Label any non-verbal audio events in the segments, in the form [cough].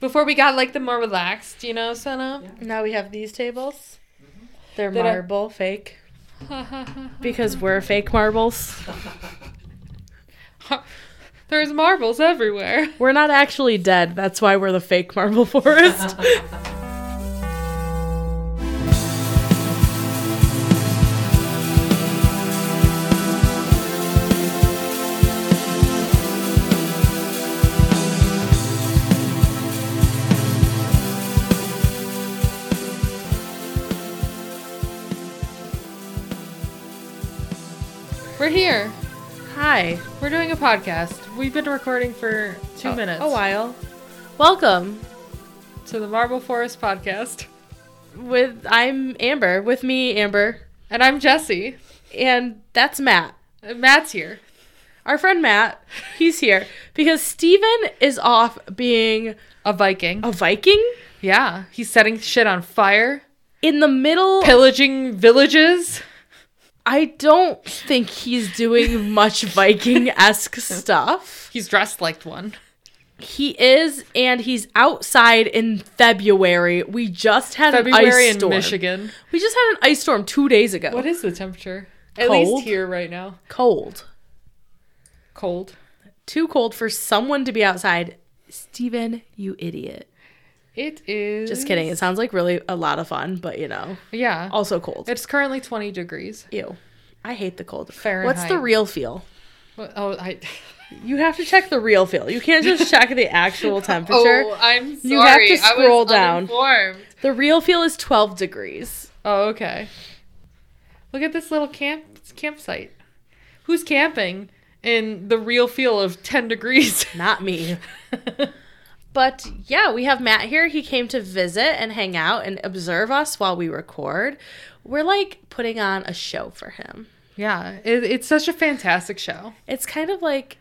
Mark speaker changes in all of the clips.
Speaker 1: Before we got like the more relaxed, you know, setup.
Speaker 2: Now we have these tables. They're
Speaker 1: That are-
Speaker 2: marble, fake. [laughs] Because we're fake marbles.
Speaker 1: There's marbles everywhere. [laughs]
Speaker 2: We're not actually dead. That's why we're the fake marble [laughs] forest.
Speaker 1: We're here.
Speaker 2: Hi.
Speaker 1: We're doing a podcast. We've been recording for two
Speaker 2: A-
Speaker 1: minutes.
Speaker 2: Oh. A while. Welcome.
Speaker 1: To the Marble Forest podcast.
Speaker 2: With I'm Amber. With me, Amber.
Speaker 1: And I'm Jesse.
Speaker 2: And that's Matt.
Speaker 1: And Matt's here.
Speaker 2: Our friend Matt. He's here. Because Steven is off being
Speaker 1: A Viking.
Speaker 2: a Viking
Speaker 1: Yeah. He's setting shit on fire,
Speaker 2: in the middle.
Speaker 1: pillaging villages.
Speaker 2: I don't think he's doing much Viking [laughs] esque stuff.
Speaker 1: He's dressed like one.
Speaker 2: He is, and he's outside in February. We just had an
Speaker 1: February
Speaker 2: ice
Speaker 1: in
Speaker 2: storm.
Speaker 1: Michigan.
Speaker 2: We just had an ice storm two days ago.
Speaker 1: What is the temperature? At
Speaker 2: Cold.
Speaker 1: least here right now.
Speaker 2: cold?
Speaker 1: Cold.
Speaker 2: Too cold for someone to be outside. Steven, you idiot.
Speaker 1: It is.
Speaker 2: Just kidding. It sounds like really a lot of fun, but you know,
Speaker 1: Yeah.
Speaker 2: also cold.
Speaker 1: It's currently 20 degrees.
Speaker 2: Ew. I hate the cold. What's
Speaker 1: Fahrenheit.
Speaker 2: the real feel?
Speaker 1: What- Oh, I. [laughs]
Speaker 2: You have to check the real feel. You can't just check the actual temperature.
Speaker 1: [laughs] Oh, I'm sorry.
Speaker 2: You have to
Speaker 1: I was
Speaker 2: scroll down.
Speaker 1: uninformed.
Speaker 2: The real feel is 12 degrees.
Speaker 1: Oh, okay. Look at this little camp campsite. Who's camping in the real feel of 10 degrees?
Speaker 2: [laughs] Not me.
Speaker 1: That's
Speaker 2: But yeah, we have Matt here. He came to visit and hang out and observe us while we record. We're like putting on a show for him.
Speaker 1: [laughs] yeah, it, it's such a fantastic show.
Speaker 2: It's kind of like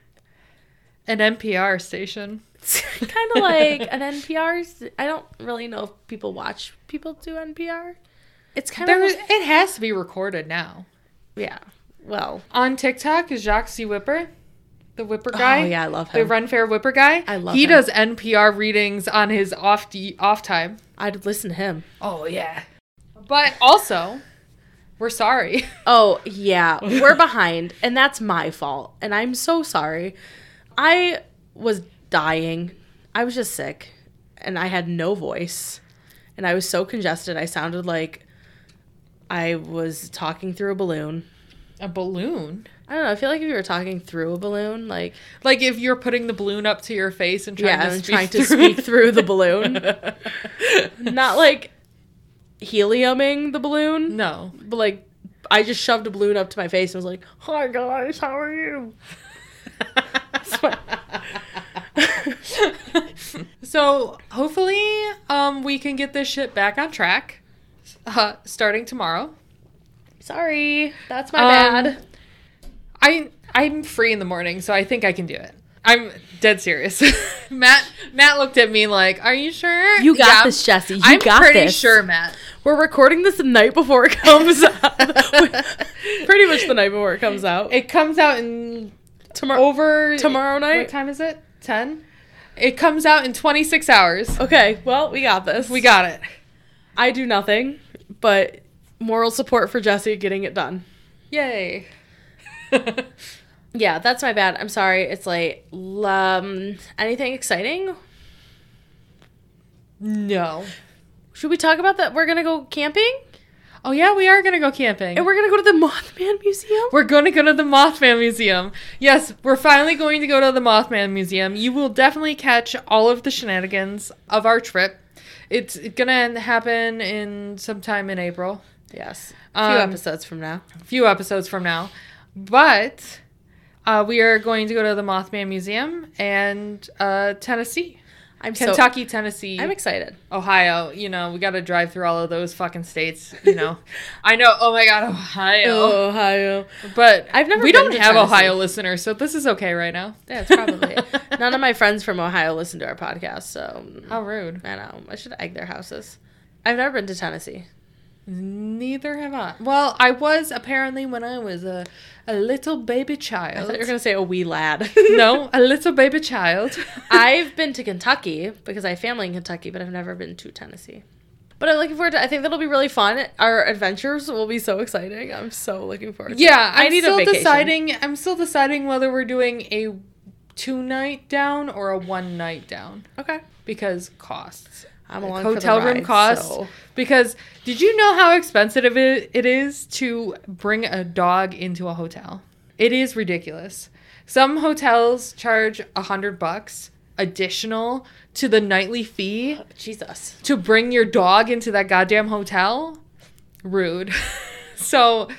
Speaker 1: An NPR station.
Speaker 2: it's [laughs] kind of like [laughs] an NPR's. I don't really know if people watch people do NPR. It's kind
Speaker 1: There,
Speaker 2: of
Speaker 1: it has to be recorded now.
Speaker 2: yeah. Well,
Speaker 1: On TikTok is Jacques C. Whipper, the Whipper guy.
Speaker 2: oh yeah, I love
Speaker 1: The
Speaker 2: him.
Speaker 1: Run Fair Whipper guy.
Speaker 2: I love
Speaker 1: He
Speaker 2: him.
Speaker 1: does NPR readings on his off de- off time.
Speaker 2: I'd listen to him.
Speaker 1: Oh yeah. But also, we're sorry. [laughs]
Speaker 2: Oh yeah, [laughs] we're behind, and that's my fault, and I'm so sorry. I was dying. I was just sick, and I had no voice, and I was so congested. I sounded like I was talking through a balloon.
Speaker 1: A balloon.
Speaker 2: I don't know. I feel like if you were talking through a balloon, like
Speaker 1: Like if you're putting the balloon up to your face and trying
Speaker 2: yeah,
Speaker 1: to
Speaker 2: I'm
Speaker 1: speak
Speaker 2: trying to
Speaker 1: through
Speaker 2: speak [laughs]
Speaker 1: it.
Speaker 2: through the balloon,
Speaker 1: [laughs]
Speaker 2: not like heliuming the balloon,
Speaker 1: no.
Speaker 2: but like. I just shoved a balloon up to my face and was like, "Hi guys, how are you?"
Speaker 1: [laughs] so hopefully, um, we can get this shit back on track, uh, starting tomorrow.
Speaker 2: Sorry, that's my
Speaker 1: Um,
Speaker 2: bad.
Speaker 1: I I'm free in the morning, so I think I can do it. I'm dead serious. [laughs] Matt Matt looked at me like, "Are you sure?
Speaker 2: You got
Speaker 1: Yeah.
Speaker 2: this, Jesse. You
Speaker 1: I'm
Speaker 2: got
Speaker 1: pretty
Speaker 2: this.
Speaker 1: sure, Matt.
Speaker 2: We're recording this the night before it [laughs] comes out. pretty much the night before it comes out.
Speaker 1: It comes out in
Speaker 2: tomorrow
Speaker 1: over
Speaker 2: tomorrow
Speaker 1: What
Speaker 2: night.
Speaker 1: time is it? Ten. It comes out in 26 hours.
Speaker 2: Okay, well, we got this.
Speaker 1: We got it.
Speaker 2: I do nothing, but moral support for Jesse getting it done.
Speaker 1: Yay. [laughs]
Speaker 2: Yeah, that's my bad. I'm sorry. It's late. Um, anything exciting?
Speaker 1: no.
Speaker 2: Should we talk about that? We're gonna go camping,
Speaker 1: Oh yeah, we are gonna go camping.
Speaker 2: and we're gonna go to the [laughs] Mothman Museum.
Speaker 1: We're going to go to the Mothman Museum. Yes, we're finally going to go to the Mothman Museum. You will definitely catch all of the shenanigans of our trip. It's going to happen in sometime in April,
Speaker 2: Yes, a few
Speaker 1: Um,
Speaker 2: episodes from now.
Speaker 1: a few episodes from now. But uh, we are going to go to the Mothman Museum and uh, Tennessee,
Speaker 2: I'm so
Speaker 1: Kentucky, Tennessee,
Speaker 2: I'm excited.
Speaker 1: Ohio. You know, we got to drive through all of those fucking states. You know, [laughs] I know. Oh my God, Ohio.
Speaker 2: [laughs] Ohio.
Speaker 1: But
Speaker 2: I've never
Speaker 1: We
Speaker 2: been
Speaker 1: don't
Speaker 2: to
Speaker 1: have
Speaker 2: Tennessee.
Speaker 1: Ohio listeners, so this is okay right [laughs] now.
Speaker 2: Yeah, it's probably. None of my friends from Ohio listen to our podcast, so
Speaker 1: [laughs] How rude.
Speaker 2: I know. I should egg their houses. I've never been to Tennessee.
Speaker 1: Neither have I. Well, I was apparently when I was a, a little baby
Speaker 2: I thought you were
Speaker 1: child.
Speaker 2: gonna say a wee lad.
Speaker 1: no, a little baby [laughs] child.
Speaker 2: [laughs] I've been to Kentucky because I have family in Kentucky, but I've never been to Tennessee. But I'm looking forward to. I think that'll be really fun. Our adventures will be so exciting. I'm so looking forward. to it.
Speaker 1: yeah, I'm
Speaker 2: I need a
Speaker 1: still
Speaker 2: vacation.
Speaker 1: deciding. I'm still deciding whether we're doing a two night down or a one night down
Speaker 2: Okay,
Speaker 1: because costs.
Speaker 2: I'm
Speaker 1: Like,
Speaker 2: along
Speaker 1: hotel
Speaker 2: for the
Speaker 1: room
Speaker 2: ride,
Speaker 1: costs.
Speaker 2: so-
Speaker 1: Because did you know how expensive it it is to bring a dog into a hotel? It is ridiculous. Some hotels charge a hundred bucks additional to the nightly fee
Speaker 2: Jesus.
Speaker 1: to bring your dog into that goddamn hotel. Rude. [laughs] so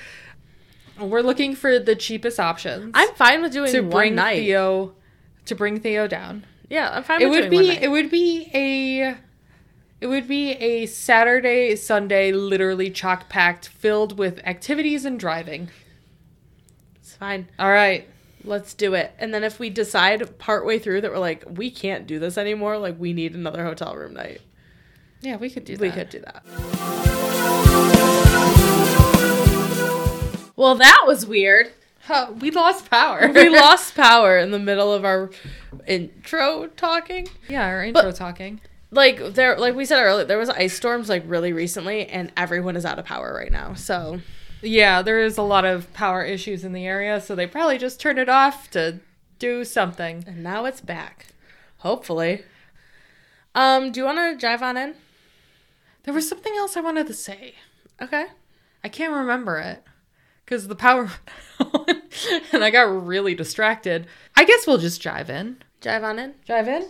Speaker 1: we're looking for the cheapest options
Speaker 2: I'm fine with doing
Speaker 1: to
Speaker 2: one
Speaker 1: bring
Speaker 2: night.
Speaker 1: Theo to bring Theo down
Speaker 2: Yeah, I'm fine
Speaker 1: it would
Speaker 2: with doing one
Speaker 1: be
Speaker 2: night.
Speaker 1: it would be a it would be a Saturday Sunday literally chock packed filled with activities and driving.
Speaker 2: It's fine.
Speaker 1: All right.
Speaker 2: Let's do it. And then if we decide partway through that we're like, we can't do this anymore, like we need another hotel room night,
Speaker 1: Yeah, we could do that.
Speaker 2: we could do that. Well, that was weird.
Speaker 1: Huh, we lost power. [laughs]
Speaker 2: We lost power in the middle of our intro talking.
Speaker 1: Yeah, our intro talking.
Speaker 2: Like there like we said earlier, there was ice storms like really recently and everyone is out of power right now. So
Speaker 1: Yeah, there is a lot of power issues in the area, so they probably just turned it off to do something.
Speaker 2: and now it's back. Hopefully. Um, do you wanna dive on in?
Speaker 1: There was something else I wanted to say.
Speaker 2: Okay.
Speaker 1: I can't remember it because the power [laughs] and I got really distracted. I guess we'll just drive in.
Speaker 2: Dive on in.
Speaker 1: Drive in.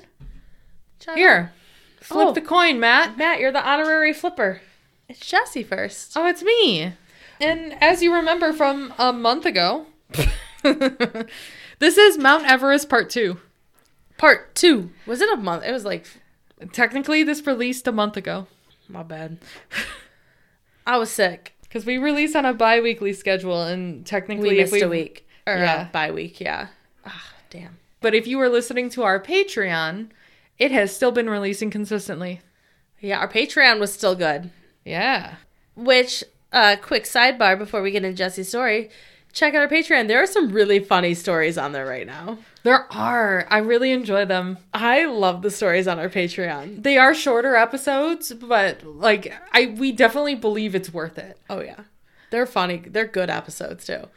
Speaker 2: Jive on.
Speaker 1: Here, flip
Speaker 2: Oh.
Speaker 1: the coin, Matt.
Speaker 2: Matt, you're the honorary flipper. It's Jesse first.
Speaker 1: Oh, it's me. And as you remember from a month ago, [laughs] this is Mount Everest Part 2.
Speaker 2: Part two. Was it a month? It was like
Speaker 1: Technically, this released a month ago
Speaker 2: my bad. I was sick.
Speaker 1: because we release on a bi weekly schedule, and technically,
Speaker 2: We missed
Speaker 1: if
Speaker 2: a week. Or yeah.
Speaker 1: Yeah.
Speaker 2: bi week, yeah. Ah, damn.
Speaker 1: But if you were listening to our Patreon, it has still been releasing consistently.
Speaker 2: Yeah, our Patreon was still good.
Speaker 1: Yeah.
Speaker 2: Which, uh, quick sidebar before we get into Jesse's story, check out our Patreon. There are some really funny stories on there right now.
Speaker 1: There are. I really enjoy them.
Speaker 2: I love the stories on our Patreon.
Speaker 1: They are shorter episodes, but like I we definitely believe it's worth it.
Speaker 2: Oh yeah, they're funny. They're good episodes too.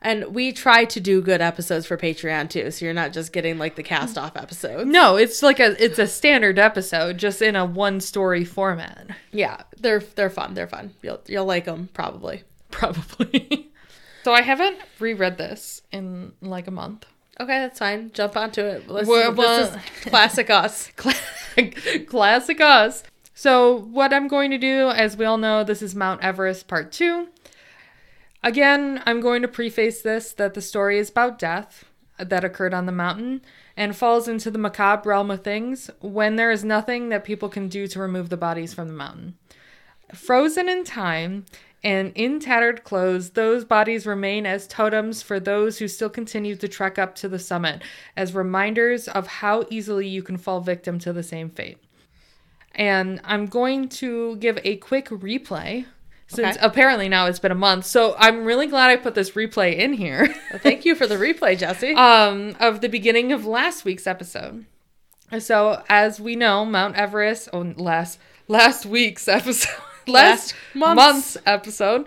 Speaker 2: And we try to do good episodes for Patreon too, so you're not just getting like the cast off episodes.
Speaker 1: No, it's like a it's a standard episode, just in a one story format. [laughs]
Speaker 2: Yeah, they're they're fun. They're fun. You'll you'll like them probably.
Speaker 1: Probably. so I haven't reread this in like a month. [laughs]
Speaker 2: Okay, that's fine. Jump onto it. This,
Speaker 1: Well,
Speaker 2: this
Speaker 1: well- [laughs]
Speaker 2: is classic us.
Speaker 1: Classic us. So what I'm going to do, as we all know, this is Mount Everest part two. Again, I'm going to preface this that the story is about death that occurred on the mountain and falls into the macabre realm of things when there is nothing that people can do to remove the bodies from the mountain. Frozen in time and in tattered clothes, those bodies remain as totems for those who still continue to trek up to the summit, as reminders of how easily you can fall victim to the same fate. And I'm going to give a quick replay since
Speaker 2: Okay.
Speaker 1: apparently now it's been a month. So I'm really glad I put this replay in here
Speaker 2: Thank you for the replay, Jesse.
Speaker 1: um, of the beginning of last week's episode. So as we know, Mount Everest on last last week's [laughs] episode, last,
Speaker 2: Last month's.
Speaker 1: month's episode,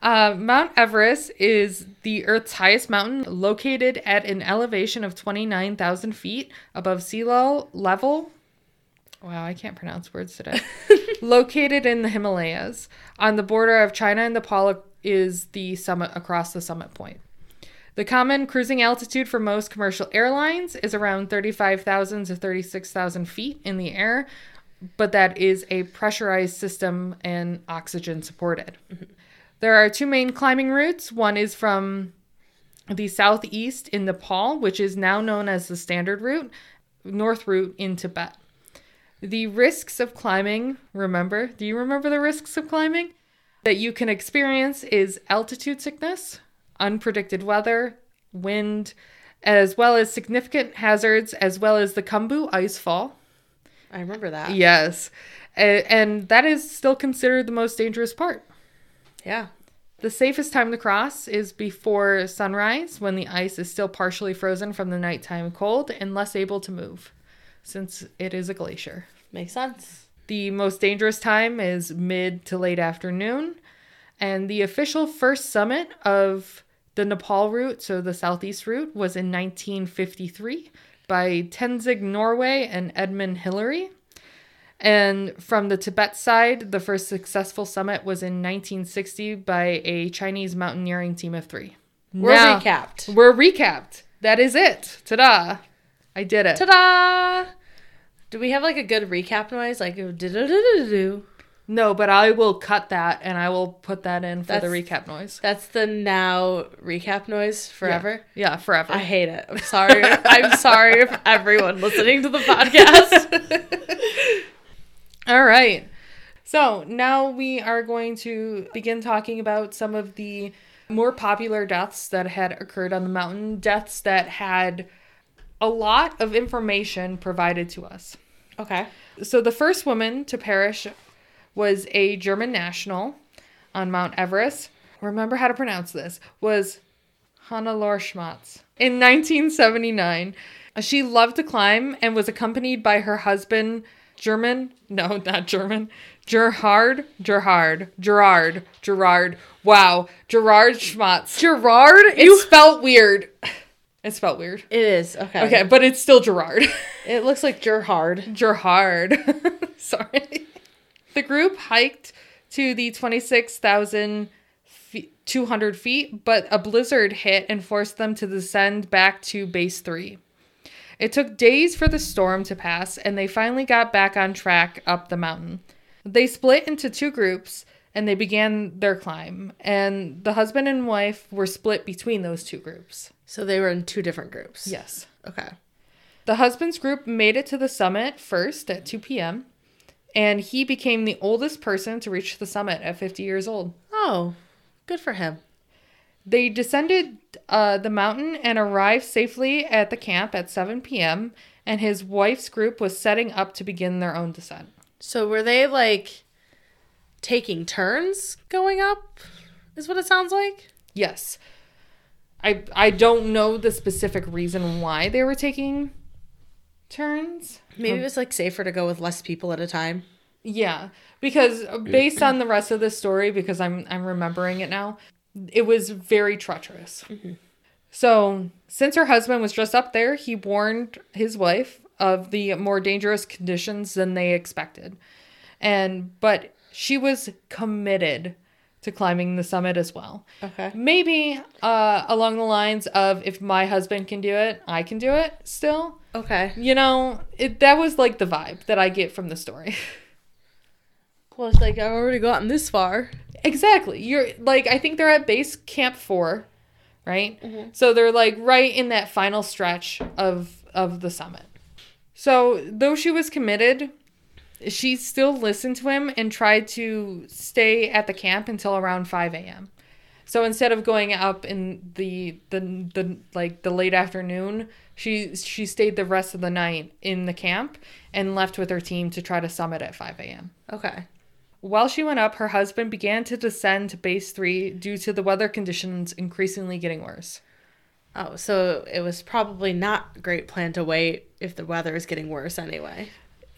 Speaker 1: uh, Mount Everest is the Earth's highest mountain, located at an elevation of twenty nine thousand feet above sea lo- level. Wow, I can't pronounce words
Speaker 2: [laughs]
Speaker 1: today. located in the Himalayas, on the border of China and Nepal, is the summit across the summit point. The common cruising altitude for most commercial airlines is around 35,000 to 36,000 feet in the air, but that is a pressurized system and oxygen supported. There are two main climbing routes. One is from the southeast in Nepal, which is now known as the standard route, north route in Tibet. The risks of climbing, remember, do you remember the risks of climbing? that you can experience is altitude sickness, unpredicted weather, wind, as well as significant hazards, as well as the Kumbu ice fall.
Speaker 2: I remember that.
Speaker 1: Yes. A- And that is still considered the most dangerous part.
Speaker 2: Yeah.
Speaker 1: The safest time to cross is before sunrise when the ice is still partially frozen from the nighttime cold and less able to move, since it is a glacier.
Speaker 2: Makes sense.
Speaker 1: The most dangerous time is mid to late afternoon. And the official first summit of the Nepal route, so the southeast route, was in 1953 by Tenzing Norway and Edmund Hillary. And from the Tibet side, the first successful summit was in 1960 by a Chinese mountaineering team of three.
Speaker 2: We're
Speaker 1: Now-
Speaker 2: recapped.
Speaker 1: We're recapped. That is it. Ta da! I did it.
Speaker 2: Ta-da! Do we have like a good recap noise? Like do do do do do.
Speaker 1: No, but I will cut that and I will put that in for the
Speaker 2: That's-
Speaker 1: recap noise.
Speaker 2: That's the now recap noise forever.
Speaker 1: Yeah, yeah, forever.
Speaker 2: I hate it. I'm sorry. I'm sorry if everyone listening to the [laughs] podcast.
Speaker 1: All right. So now we are going to begin talking about some of the more popular deaths that had occurred on the mountain, deaths that had a lot of information provided to us.
Speaker 2: okay.
Speaker 1: So the first woman to perish was a German national on Mount Everest. Remember how to pronounce this. Was Hannah Lorschmatz. In 1979, she loved to climb and was accompanied by her husband, German, no, [laughs] not German, Gerhard, Gerhard, Gerard, Gerard, wow, Gerard Schmatz. Gerard? It's spelled weird. [laughs] It's spelled weird.
Speaker 2: It is. Okay.
Speaker 1: Okay, but it's still Gerard. [laughs]
Speaker 2: It looks like Gerhard.
Speaker 1: Gerhard. [laughs] Sorry. The group hiked to the 26,200 feet, but a blizzard hit and forced them to descend back to base three. It took days for the storm to pass, and they finally got back on track up the mountain. They split into two groups and they began their climb, and the husband and wife were split between those two groups.
Speaker 2: So they were in two different groups.
Speaker 1: Yes.
Speaker 2: Okay.
Speaker 1: The husband's group made it to the summit first at 2 p.m., and he became the oldest person to reach the summit at 50 years old.
Speaker 2: Oh, good for him.
Speaker 1: They descended uh, the mountain and arrived safely at the camp at 7 p.m., and his wife's group was setting up to begin their own descent.
Speaker 2: So were they like taking turns going up? Is what it sounds like.
Speaker 1: Yes. I, I don't know the specific reason why they were taking turns.
Speaker 2: Maybe it was like safer to go with less people at a time.
Speaker 1: Yeah, because based on the rest of the story, because I'm I'm remembering it now, it was very treacherous. So since her husband was just up there, he warned his wife of the more dangerous conditions than they expected, and but she was committed to climbing the summit as well.
Speaker 2: Okay.
Speaker 1: Maybe uh, along the lines of if my husband can do it, I can do it still.
Speaker 2: Okay.
Speaker 1: You know, it, that was like the vibe that I get from the story. [laughs]
Speaker 2: Well, it's like I've already gotten this far.
Speaker 1: Exactly. You're like I think they're at base camp 4, right? So they're like right in that final stretch of of the summit. So, though she was committed, she still listened to him and tried to stay at the camp until around 5 a.m. So instead of going up in the, the the like the late afternoon, she she stayed the rest of the night in the camp and left with her team to try to summit at 5 a.m.
Speaker 2: Okay.
Speaker 1: While she went up, her husband began to descend to base three due to the weather conditions increasingly getting worse.
Speaker 2: Oh, so it was probably not a great plan to wait if the weather is getting worse anyway.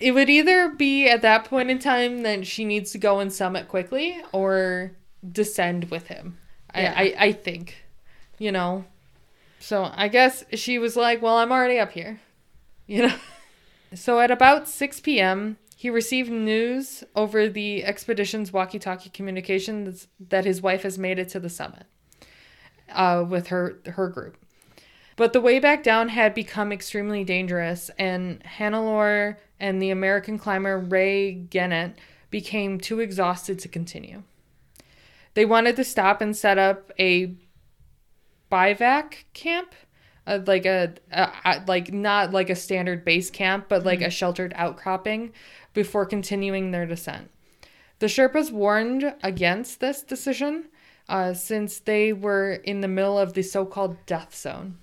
Speaker 1: It would either be at that point in time that she needs to go and summit quickly or descend with him.
Speaker 2: Yeah.
Speaker 1: I, I, I think, you know. So I guess she was like, well, I'm already up here, [laughs] you know. So at about 6 p.m., he received news over the expedition's walkie talkie communications that his wife has made it to the summit uh, with her, her group. But the way back down had become extremely dangerous, and Hannelore and the American climber Ray Gennett became too exhausted to continue. They wanted to stop and set up a bivac camp, uh, like a, a, a- like not like a standard base camp, but like a sheltered outcropping, before continuing their descent. The Sherpas warned against this decision, uh, since they were in the middle of the so-called death zone.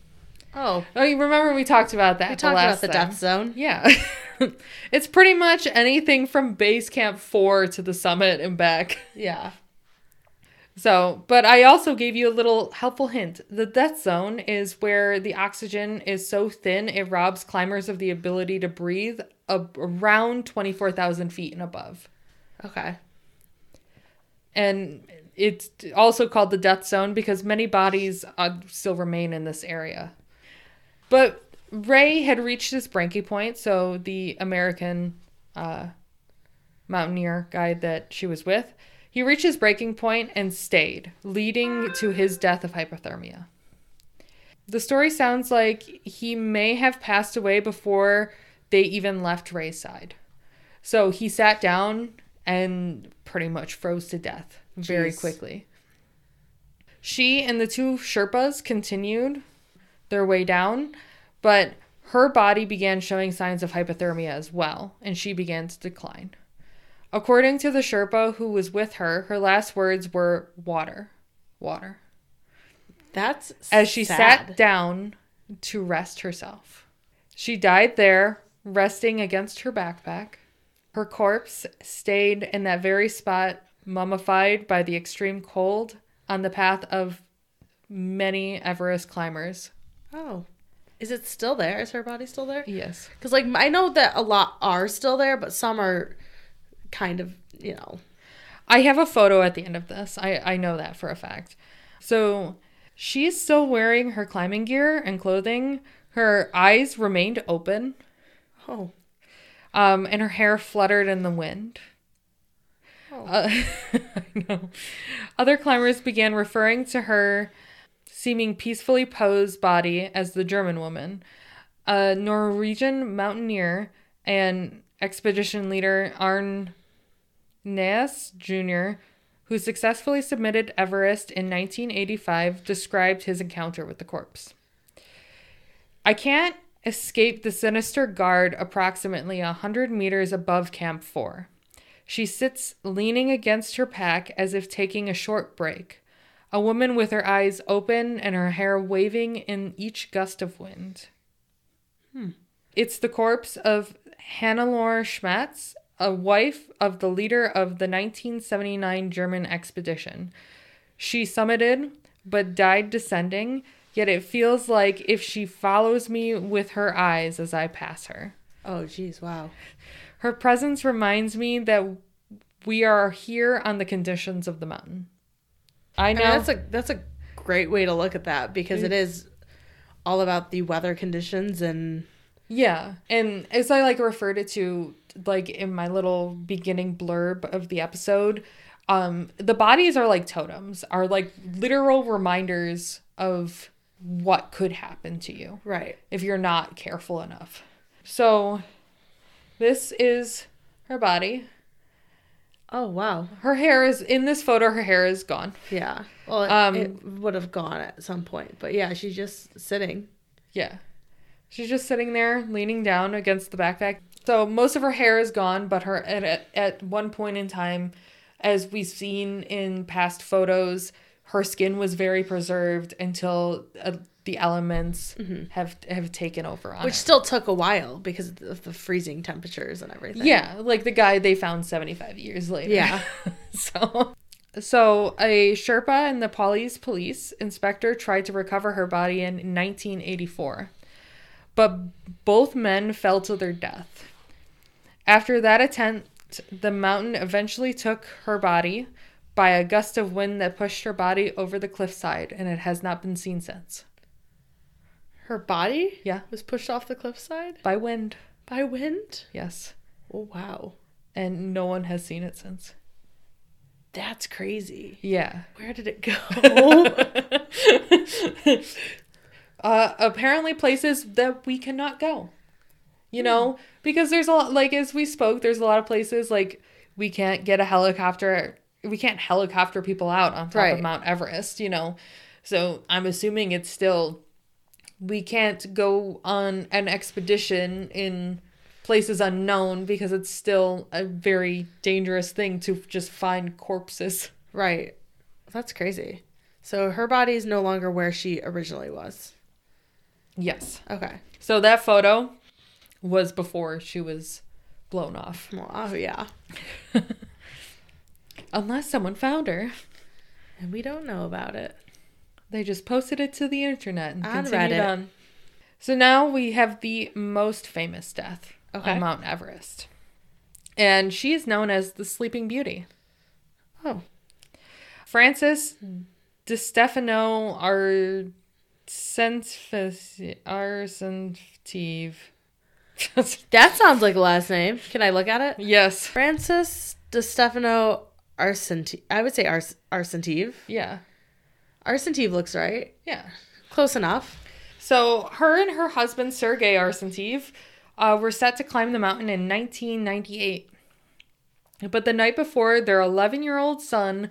Speaker 2: Oh,
Speaker 1: Oh, you remember we talked about that?
Speaker 2: we talked about the death zone.
Speaker 1: Yeah. [laughs] it's pretty much anything from base camp four to the summit and back.
Speaker 2: Yeah.
Speaker 1: So, but I also gave you a little helpful hint. The death zone is where the oxygen is so thin it robs climbers of the ability to breathe a- around 24,000 feet and above.
Speaker 2: Okay.
Speaker 1: And it's also called the death zone because many bodies uh, still remain in this area. But Ray had reached his branky point, so the American uh, mountaineer guy that she was with, he reached his breaking point and stayed, leading to his death of hypothermia. The story sounds like he may have passed away before they even left Ray's side. So he sat down and pretty much froze to death very
Speaker 2: Jeez.
Speaker 1: quickly. She and the two Sherpas continued their way down, but her body began showing signs of hypothermia as well, and she began to decline. According to the Sherpa who was with her, her last words were water, water,
Speaker 2: That's
Speaker 1: as she
Speaker 2: sad.
Speaker 1: sat down to rest herself. She died there, resting against her backpack. Her corpse stayed in that very spot, mummified by the extreme cold on the path of many Everest climbers.
Speaker 2: Oh. Is it still there? Is her body still there?
Speaker 1: Yes.
Speaker 2: Because like I know that a lot are still there, but some are kind of you know.
Speaker 1: I have a photo at the end of this. I, I know that for a fact. So she is still wearing her climbing gear and clothing. Her eyes remained open,
Speaker 2: Oh,
Speaker 1: um, and her hair fluttered in the wind.
Speaker 2: Oh.
Speaker 1: Uh, [laughs] I know. Other climbers began referring to her seeming peacefully posed body as the German woman, a Norwegian mountaineer and expedition leader Arne Naas Jr., who successfully submitted Everest in 1985, described his encounter with the corpse. I can't escape the sinister guard approximately a 100 meters above Camp 4. She sits leaning against her pack as if taking a short break, a woman with her eyes open and her hair waving in each gust of wind. It's the corpse of Hannelore Schmatz, a wife of the leader of the 1979 German expedition. She summited but died descending, yet it feels like if she follows me with her eyes as I pass her.
Speaker 2: oh, jeez, wow.
Speaker 1: Her presence reminds me that we are here on the conditions of the mountain. I
Speaker 2: I
Speaker 1: know.
Speaker 2: mean, that's a that's a great way to look at that because it is all about the weather conditions and
Speaker 1: Yeah. And as I like referred it to like in my little beginning blurb of the episode, um the bodies are like totems, are like literal reminders of what could happen to you
Speaker 2: right.
Speaker 1: if you're not careful enough. So this is her body.
Speaker 2: Oh wow,
Speaker 1: Her hair is in this photo her hair is gone.
Speaker 2: yeah. Well, it,
Speaker 1: Um,
Speaker 2: it would have gone at some point, but yeah, she's just sitting.
Speaker 1: Yeah. She's just sitting there, leaning down against the backpack. So most of her hair is gone, but her at- at, at one point in time, as we've seen in past photos, her skin was very preserved until uh, the elements have have taken over on
Speaker 2: Which
Speaker 1: her.
Speaker 2: still took a while because of the freezing temperatures and everything.
Speaker 1: Yeah, like the guy they found 75 years later.
Speaker 2: Yeah.
Speaker 1: [laughs] so so a Sherpa and the Nepalese police inspector tried to recover her body in 1984. But both men fell to their death. After that attempt, the mountain eventually took her body by a gust of wind that pushed her body over the cliffside and it has not been seen since.
Speaker 2: Her body
Speaker 1: Yeah,
Speaker 2: was pushed off the cliffside
Speaker 1: by wind.
Speaker 2: by wind.
Speaker 1: Yes.
Speaker 2: Oh wow,
Speaker 1: And no one has seen it since.
Speaker 2: that's crazy.
Speaker 1: Yeah.
Speaker 2: Where did it go?
Speaker 1: uh, apparently places that we cannot go. You know, because there's a lot, like as we spoke, there's a lot of places like we can't get a helicopter. We can't helicopter people out on top
Speaker 2: Right.
Speaker 1: of Mount Everest. You know, so I'm assuming it's still we can't go on an expedition in places unknown because it's still a very dangerous thing to just find corpses.
Speaker 2: right. That's crazy. So her body is no longer where she originally was.
Speaker 1: Yes.
Speaker 2: Okay.
Speaker 1: So that photo was before she was blown off.
Speaker 2: Well, oh yeah.
Speaker 1: Unless someone found her.
Speaker 2: And we don't know about it.
Speaker 1: They just posted it to the internet and
Speaker 2: On
Speaker 1: continued
Speaker 2: Reddit.
Speaker 1: on. So now we have the most famous death
Speaker 2: Okay.
Speaker 1: on Mount Everest. And she is known as the Sleeping Beauty.
Speaker 2: Oh.
Speaker 1: Francis De Stefano Arsentive.
Speaker 2: That sounds like a last name. Can I look at it?
Speaker 1: yes.
Speaker 2: Francis De Stefano Arsentive. I would say Ars- Arsentive.
Speaker 1: Yeah.
Speaker 2: Arsentive looks right.
Speaker 1: Yeah.
Speaker 2: Close enough.
Speaker 1: So her and her husband Sergei Arsentiev uh, were set to climb the mountain in 1998. But the night before, their 11 year old son,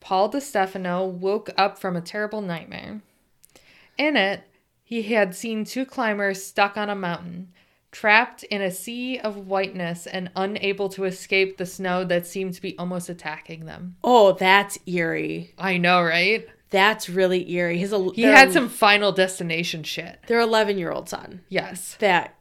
Speaker 1: Paul DeStefano, woke up from a terrible nightmare. In it, he had seen two climbers stuck on a mountain, trapped in a sea of whiteness and unable to escape the snow that seemed to be almost attacking them.
Speaker 2: Oh, that's eerie.
Speaker 1: I know, right?
Speaker 2: That's really eerie. His el-
Speaker 1: He
Speaker 2: their
Speaker 1: had
Speaker 2: el-
Speaker 1: some final destination shit.
Speaker 2: their 11 year old son.
Speaker 1: Yes.
Speaker 2: That,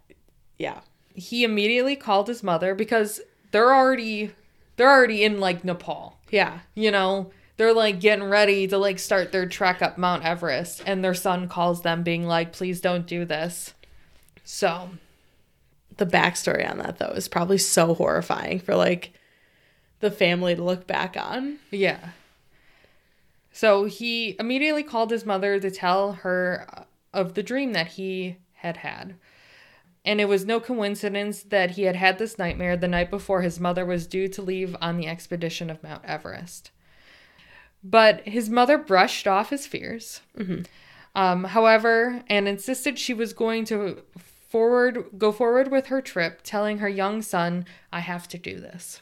Speaker 2: yeah.
Speaker 1: he immediately called his mother because they're already they're already in like Nepal.
Speaker 2: Yeah.
Speaker 1: You know, they're like getting ready to like start their trek up Mount Everest and their son calls them being like please don't do this. So,
Speaker 2: The backstory on that, though, is probably so horrifying for like the family to look back on.
Speaker 1: yeah. So he immediately called his mother to tell her of the dream that he had had. And it was no coincidence that he had had this nightmare the night before his mother was due to leave on the expedition of Mount Everest. But his mother brushed off his fears, um, however, and insisted she was going to forward go forward with her trip, telling her young son, "I have to do this."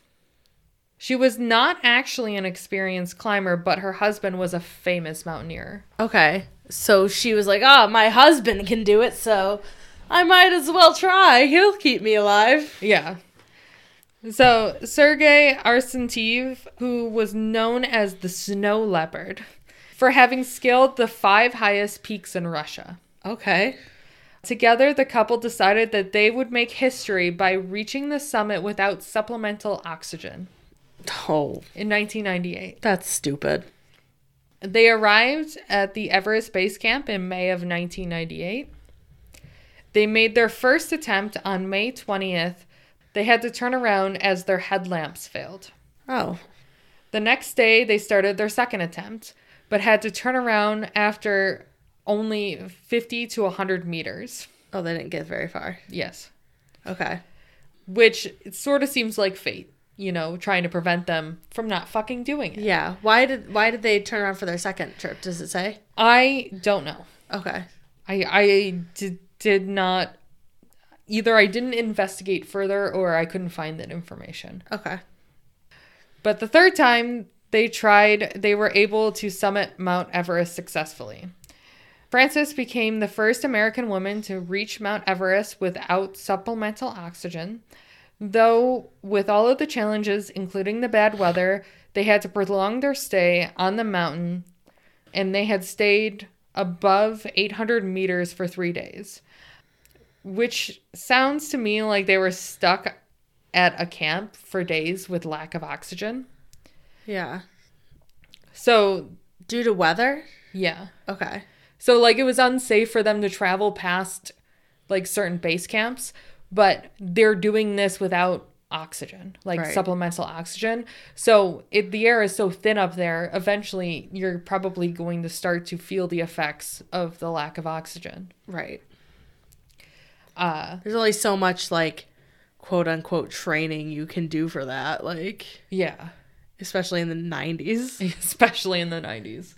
Speaker 1: She was not actually an experienced climber, but her husband was a famous mountaineer.
Speaker 2: Okay. So she was like, oh, my husband can do it, so I might as well try. He'll keep me alive.
Speaker 1: Yeah. So Sergei Arsentiev, who was known as the Snow Leopard, for having scaled the five highest peaks in Russia.
Speaker 2: Okay.
Speaker 1: Together, the couple decided that they would make history by reaching the summit without supplemental oxygen
Speaker 2: Oh,
Speaker 1: in 1998.
Speaker 2: that's stupid.
Speaker 1: They arrived at the Everest Base Camp in May of 1998. They made their first attempt on May 20th. They had to turn around as their headlamps failed.
Speaker 2: Oh.
Speaker 1: The next day, they started their second attempt, but had to turn around after only 50 to 100 meters.
Speaker 2: Oh, they didn't get very far.
Speaker 1: Yes.
Speaker 2: Okay.
Speaker 1: Which it sort of seems like fate, you know, trying to prevent them from not fucking doing it.
Speaker 2: Yeah. Why did why did they turn around for their second trip? Does it say?
Speaker 1: I don't know.
Speaker 2: Okay.
Speaker 1: I, I did, did not, either I didn't investigate further or I couldn't find that information.
Speaker 2: Okay.
Speaker 1: But the third time they tried, they were able to summit Mount Everest successfully. Frances became the first American woman to reach Mount Everest without supplemental oxygen. Though, with all of the challenges, including the bad weather, they had to prolong their stay on the mountain and they had stayed above 800 meters for three days, which sounds to me like they were stuck at a camp for days with lack of oxygen.
Speaker 2: Yeah.
Speaker 1: So,
Speaker 2: Due to weather?
Speaker 1: yeah.
Speaker 2: Okay.
Speaker 1: So, like, it was unsafe for them to travel past like certain base camps, but they're doing this without oxygen, like
Speaker 2: Right.
Speaker 1: supplemental oxygen. So, it, the air is so thin up there, eventually you're probably going to start to feel the effects of the lack of oxygen.
Speaker 2: Right.
Speaker 1: Uh,
Speaker 2: There's only so much like quote unquote training you can do for that, like
Speaker 1: yeah.
Speaker 2: especially in the 90s.
Speaker 1: [laughs] especially in the 90s.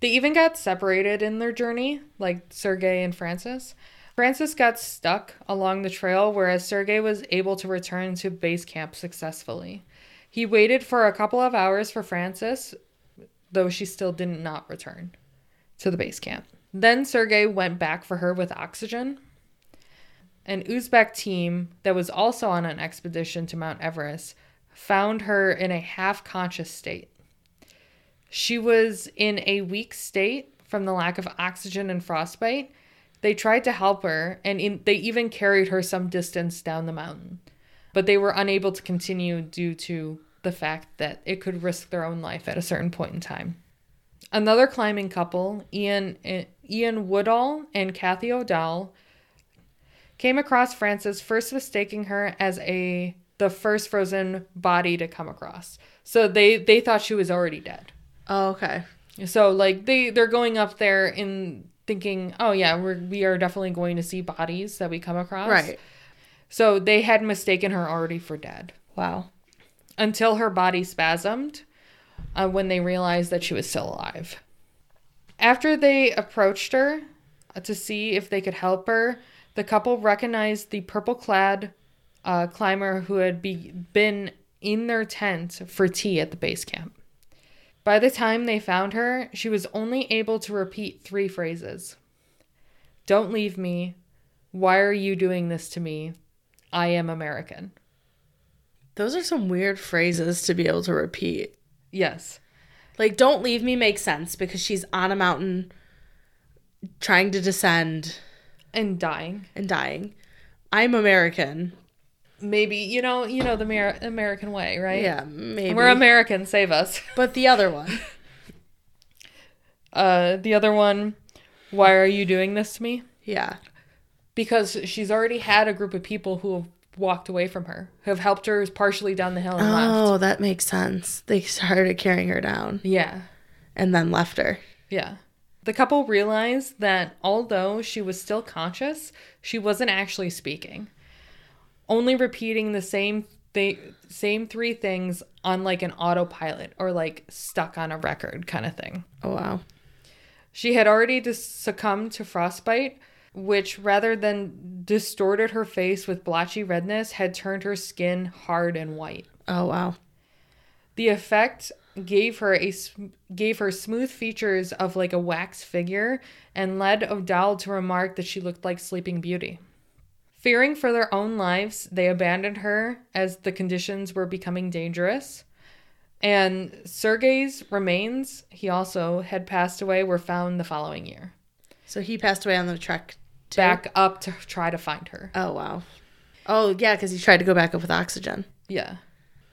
Speaker 1: They even got separated in their journey, like Sergey and Francis. Francis got stuck along the trail, whereas Sergey was able to return to base camp successfully. He waited for a couple of hours for Francis, though she still did not return to the base camp. Then Sergey went back for her with oxygen. An Uzbek team that was also on an expedition to Mount Everest found her in a half conscious state. She was in a weak state from the lack of oxygen and frostbite. They tried to help her, and in, they even carried her some distance down the mountain, but they were unable to continue due to the fact that it could risk their own life at a certain point in time. Another climbing couple, Ian Ian Woodall and Kathy O'Dowell, came across Frances first mistaking her as a the first frozen body to come across. So they they thought she was already dead.
Speaker 2: Oh, okay.
Speaker 1: So like they they're going up there in thinking, oh yeah, we're we are definitely going to see bodies that we come across.
Speaker 2: Right.
Speaker 1: So they had mistaken her already for dead. Wow. Until her body spasmed uh, when they realized that she was still alive. After they approached her uh, to see if they could help her, the couple recognized the purple clad uh, climber who had be- been in their tent for tea at the base camp. By the time they found her, she was only able to repeat three phrases Don't leave me. Why are you doing this to me? I am American.
Speaker 2: Those are some weird phrases to be able to repeat.
Speaker 1: Yes.
Speaker 2: Like, don't leave me makes sense because she's on a mountain trying to descend
Speaker 1: And dying.
Speaker 2: and dying. I'm American.
Speaker 1: Maybe, you know, you know the Mer- American way, right?
Speaker 2: Yeah, maybe.
Speaker 1: We're American, save [laughs] us.
Speaker 2: but the other one.
Speaker 1: Uh the other one, why are you doing this to me?
Speaker 2: Yeah.
Speaker 1: Because she's already had a group of people who have walked away from her, who have helped her partially down the hill and left.
Speaker 2: [laughs] Oh, that makes sense. They started carrying her down
Speaker 1: Yeah.
Speaker 2: and then left her.
Speaker 1: Yeah. The couple realized that although she was still conscious, she wasn't actually speaking, only repeating the same th- same three things on like an autopilot or like stuck on a record kind of thing.
Speaker 2: Oh, wow.
Speaker 1: She had already dis- succumbed to frostbite, which rather than distorted her face with blotchy redness, had turned her skin hard and white.
Speaker 2: Oh, wow.
Speaker 1: The effect gave her a sm- gave her smooth features of like a wax figure and led O'Dowd to remark that she looked like Sleeping Beauty. Fearing for their own lives, they abandoned her as the conditions were becoming dangerous. And Sergei's remains, he also had passed away, were found the following year.
Speaker 2: So he passed away on the trek. too?
Speaker 1: Back up to try to find her.
Speaker 2: Oh, wow. Oh, yeah, because he tried to go back up with oxygen.
Speaker 1: Yeah.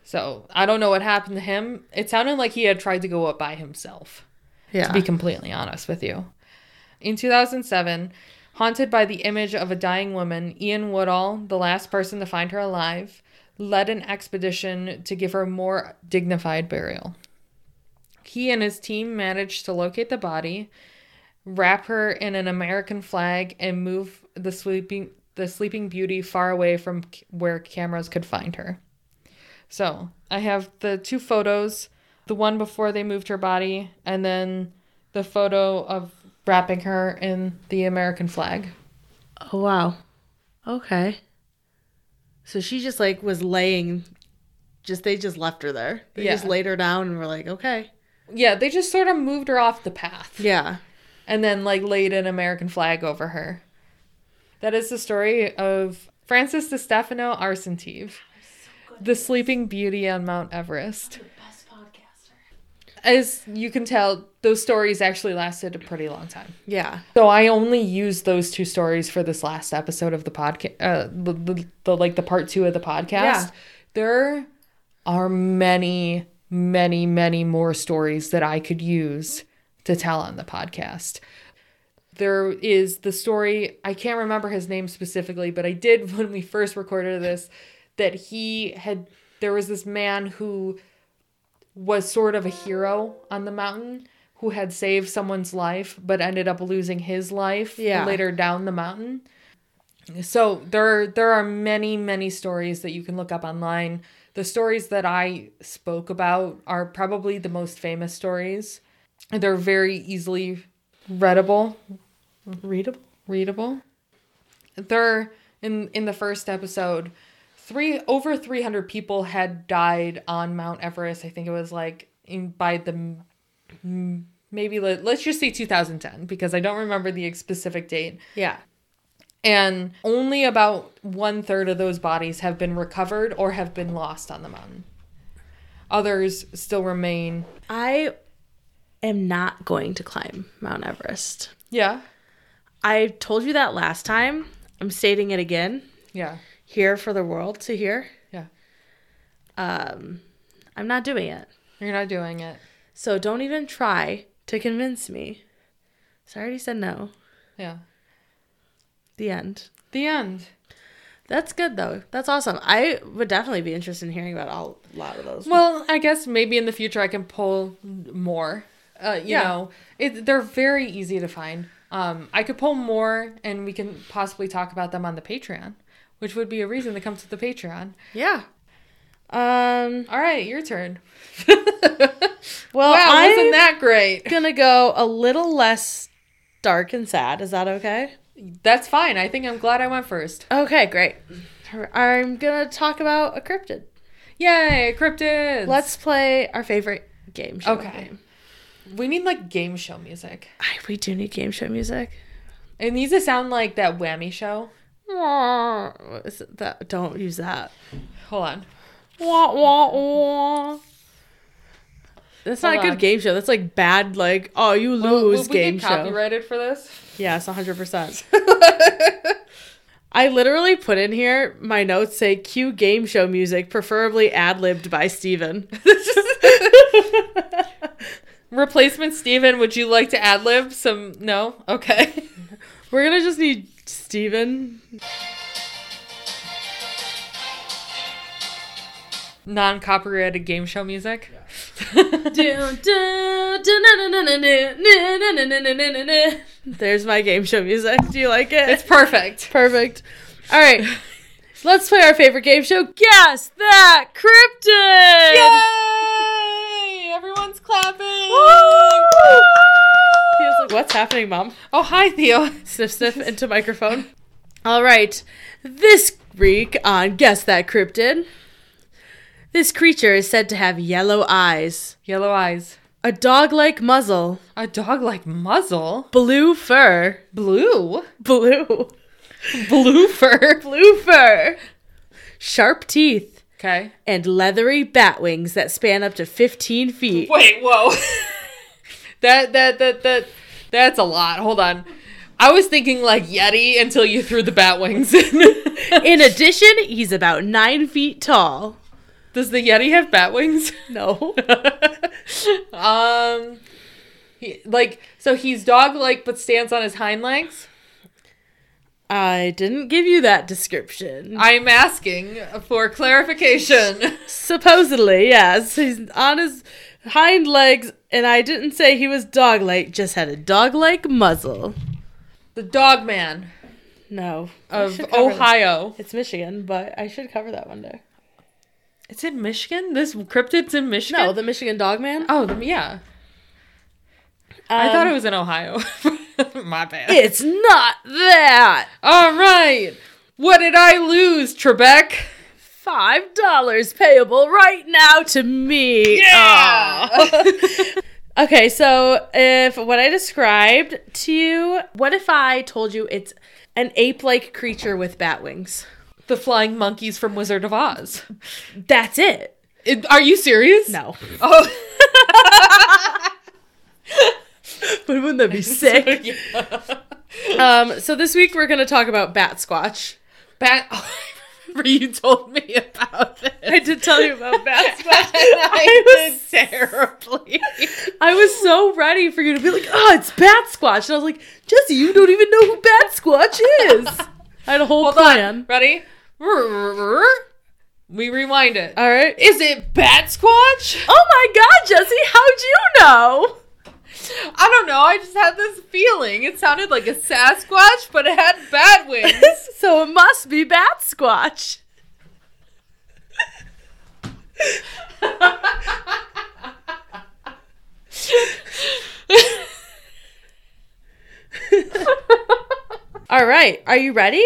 Speaker 1: So I don't know what happened to him. It sounded like he had tried to go up by himself.
Speaker 2: Yeah.
Speaker 1: to be completely honest with you. In 2007, haunted by the image of a dying woman, Ian Woodall, the last person to find her alive, led an expedition to give her more dignified burial. He and his team managed to locate the body, wrap her in an American flag, and move the sleeping the sleeping beauty far away from c- where cameras could find her. So I have the two photos the one before they moved her body, and then the photo of wrapping her in the American flag.
Speaker 2: oh, wow. Okay. So she just like was laying, just they just left her there. They just
Speaker 1: Yeah.
Speaker 2: laid her down and were like, okay.
Speaker 1: Yeah, they just sort of moved her off the path
Speaker 2: Yeah.
Speaker 1: and then like laid an American flag over her. That is the story of Francis De Stefano Arsentive, the sleeping beauty on Mount Everest.
Speaker 3: best podcaster.
Speaker 1: As you can tell, those stories actually lasted a pretty long time.
Speaker 2: Yeah.
Speaker 1: So I only used those two stories for this last episode of the podcast, uh, the, the, the like the part two of the podcast.
Speaker 2: Yeah.
Speaker 1: There are many, many, many more stories that I could use to tell on the podcast. There is the story, I can't remember his name specifically, but I did [laughs] when we first recorded this, that he had, there was this man who was sort of a hero on the mountain who had saved someone's life but ended up losing his life
Speaker 2: Yeah.
Speaker 1: later down the mountain. So there there are many many stories that you can look up online. The stories that I spoke about are probably the most famous stories. They're very easily readable,
Speaker 2: Readable.
Speaker 1: readable. There in in the first episode, three over 300 people had died on Mount Everest. I think it was like in, by the m- m- maybe let, let's just say 2010 because I don't remember the specific date.
Speaker 2: Yeah.
Speaker 1: And only about one third of those bodies have been recovered or have been lost on the mountain. Others still remain.
Speaker 2: I am not going to climb Mount Everest.
Speaker 1: Yeah.
Speaker 2: I told you that last time. I'm stating it again
Speaker 1: Yeah.
Speaker 2: here for the world to hear.
Speaker 1: Yeah.
Speaker 2: Um, I'm not doing it.
Speaker 1: You're not doing it.
Speaker 2: So don't even try to convince me. So I already said no.
Speaker 1: Yeah.
Speaker 2: The end.
Speaker 1: The end.
Speaker 2: That's good though. That's awesome. I would definitely be interested in hearing about all, a lot of those.
Speaker 1: Well, I guess maybe in the future I can pull more. Uh, you
Speaker 2: Yeah.
Speaker 1: know, it, they're very easy to find. Um, I could pull more, and we can possibly talk about them on the Patreon, which would be a reason to come to the Patreon.
Speaker 2: yeah. Um.
Speaker 1: All right, your turn. [laughs]
Speaker 2: Well,
Speaker 1: wow,
Speaker 2: I'm
Speaker 1: wasn't that great?
Speaker 2: gonna go a little less dark and sad. Is that okay?
Speaker 1: That's fine. I think I'm glad I went first.
Speaker 2: Okay, great. I'm gonna talk about a cryptid.
Speaker 1: Yay, cryptids.
Speaker 2: Let's play our favorite game show.
Speaker 1: Okay.
Speaker 2: game.
Speaker 1: We need like game show music.
Speaker 2: I, we do need game show music.
Speaker 1: It needs to sound like that whammy show.
Speaker 2: Wah, is it that don't use that.
Speaker 1: Hold on.
Speaker 2: Wah, wah, wah. That's not
Speaker 1: Hold
Speaker 2: a good
Speaker 1: on.
Speaker 2: game show. That's like bad. Like oh, you lose
Speaker 1: Will we
Speaker 2: game
Speaker 1: get
Speaker 2: show.
Speaker 1: copyrighted for this? [laughs]
Speaker 2: [laughs] Yes, one hundred percent. [laughs] I literally put in here my notes say cue game show music, preferably ad libbed by Steven. [laughs]
Speaker 1: Replacement Steven, would you like to ad lib some? No? Okay.
Speaker 2: We're gonna just need Steven.
Speaker 1: Non copyrighted game show music? [laughs]
Speaker 2: There's my game show music. Do you like it?
Speaker 1: it's perfect.
Speaker 2: Perfect. All right. Let's play our favorite game show. Guess that cryptid.
Speaker 1: Yay! Everyone's clapping!
Speaker 2: Theo's like, What's happening, mom?
Speaker 1: Oh, hi, Theo.
Speaker 2: Sniff, sniff into microphone. All right. This week on Guess That Cryptid, this creature is said to have yellow eyes,
Speaker 1: Yellow eyes.
Speaker 2: a dog-like muzzle,
Speaker 1: A dog like muzzle.
Speaker 2: blue fur,
Speaker 1: Blue.
Speaker 2: blue,
Speaker 1: Blue fur.
Speaker 2: blue fur, sharp teeth,
Speaker 1: Okay.
Speaker 2: and leathery bat wings that span up to 15 feet.
Speaker 1: Wait, whoa. [laughs] that that that that that's a lot. Hold on. I was thinking like Yeti until you threw the bat wings [laughs] in.
Speaker 2: In addition, he's about nine feet tall.
Speaker 1: Does the Yeti have bat wings?
Speaker 2: No.
Speaker 1: [laughs] um he, like so he's dog like but stands on his hind legs?
Speaker 2: [laughs] I didn't give you that description.
Speaker 1: I'm asking for clarification. [laughs]
Speaker 2: Supposedly, yes. He's on his hind legs, and I didn't say he was dog like, just had a dog like muzzle.
Speaker 1: The dog man
Speaker 2: No. I
Speaker 1: of
Speaker 2: should cover that.
Speaker 1: Ohio.
Speaker 2: It's Michigan, but I should cover that one day.
Speaker 1: It's in Michigan? This cryptid's in Michigan?
Speaker 2: No, the Michigan dog man.
Speaker 1: oh, the, yeah. I
Speaker 2: Um,
Speaker 1: thought it was in Ohio. [laughs] My bad.
Speaker 2: It's not that.
Speaker 1: All right. What did I lose, Trebek?
Speaker 2: Five dollars payable right now to me.
Speaker 1: Aw.
Speaker 2: Aw. [laughs] okay, so if what I described to you, what if I told you it's an ape-like creature with bat wings?
Speaker 1: the flying monkeys from Wizard of Oz.
Speaker 2: That's it.
Speaker 1: It- are you serious?
Speaker 2: No. [laughs]
Speaker 1: Oh. [laughs]
Speaker 2: But wouldn't that
Speaker 1: [laughs]
Speaker 2: be sick?
Speaker 1: Uh,
Speaker 2: um, so this week we're gonna talk about Bat Squatch.
Speaker 1: Bat. [laughs] Oh, I remember you told me about this.
Speaker 2: I did tell
Speaker 1: [laughs]
Speaker 2: you about Bat Squatch.
Speaker 1: I, was [laughs] terribly.
Speaker 2: I was so ready for you to be like, oh, it's Bat Squatch. And I was like, Jesse, you don't even know who Bat Squatch is. I had a whole plan.
Speaker 1: Ready? We rewind it. Is
Speaker 2: All right.
Speaker 1: it Bat Squatch?
Speaker 2: Oh my God, Jesse, how'd you [laughs] know?
Speaker 1: I don't know. I just had this feeling. It sounded like a Sasquatch, but it had bat
Speaker 2: [laughs]
Speaker 1: wings.
Speaker 2: so it must be Bat Squatch. [laughs] All right, are you ready?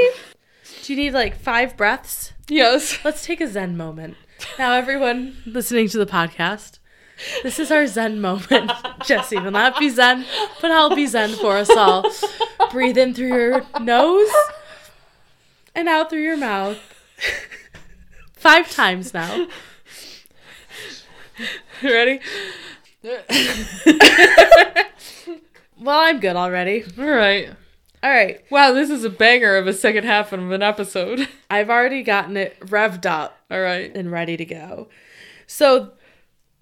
Speaker 2: Do you need like five breaths?
Speaker 1: yes.
Speaker 2: Let's take a Zen moment. Now, everyone listening to the podcast, this is our Zen moment. [laughs] Jesse will not be Zen, but I'll be Zen for us all. Breathe in through your nose [laughs] and out through your mouth. Five times now.
Speaker 1: You [laughs] ready?
Speaker 2: Well, I'm good already.
Speaker 1: All right.
Speaker 2: All right,
Speaker 1: Wow, this is a banger of a second half of an episode. [laughs]
Speaker 2: I've already gotten it revved up
Speaker 1: All right.
Speaker 2: and ready to go. So,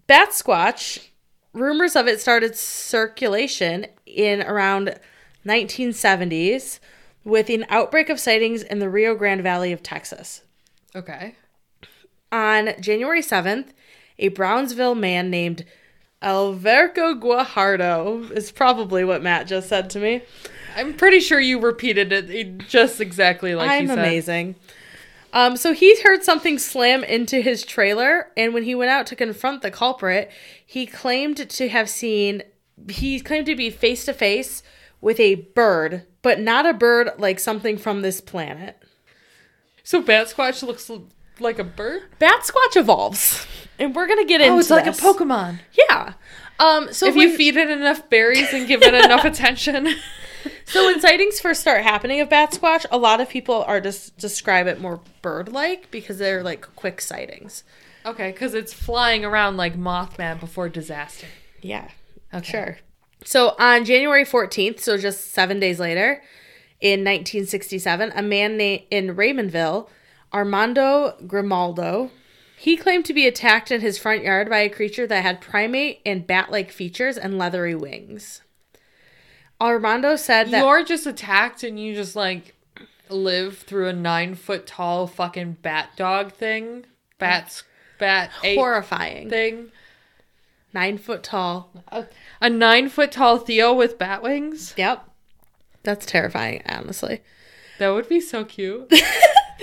Speaker 2: Bat Squatch, rumors of it started circulation in around 1970s with an outbreak of sightings in the Rio Grande Valley of Texas.
Speaker 1: Okay.
Speaker 2: On January 7th, a Brownsville man named Alverco Guajardo is probably what Matt just said to me.
Speaker 1: I'm pretty sure you repeated it- it just exactly like
Speaker 2: I'm
Speaker 1: you said.
Speaker 2: amazing. Um, so he heard something slam into his trailer, and when he went out to confront the culprit, he claimed to have seen. He claimed to be face to face with a bird, but not a bird like something from this planet.
Speaker 1: So Bat Squatch looks l- like a bird?
Speaker 2: Bat Squatch evolves, and we're gonna
Speaker 1: Oh,
Speaker 2: get into. this.
Speaker 1: Pokemon.
Speaker 2: Yeah. Um. So
Speaker 1: If
Speaker 2: when-
Speaker 1: you feed it enough berries and give it [laughs] enough attention.
Speaker 2: So when sightings first start happening of bat squatch, a lot of people are just describe it more bird-like because they're like quick sightings.
Speaker 1: Okay, because it's flying around like Mothman before disaster.
Speaker 2: Yeah,
Speaker 1: Okay.
Speaker 2: sure. So on January 14th, so just 7 days later, in 1967, a man na- in Raymondville, Armando Grimaldo, he claimed to be attacked in his front yard by a creature that had primate and bat-like features and leathery wings. Armando said that
Speaker 1: You're just attacked and you just like live through a nine foot tall fucking bat dog thing. Bats, bat ape
Speaker 2: horrifying.
Speaker 1: thing.
Speaker 2: 9 foot tall,
Speaker 1: A nine foot tall Theo with bat wings.
Speaker 2: Yep. That's terrifying, honestly.
Speaker 1: That would be so cute.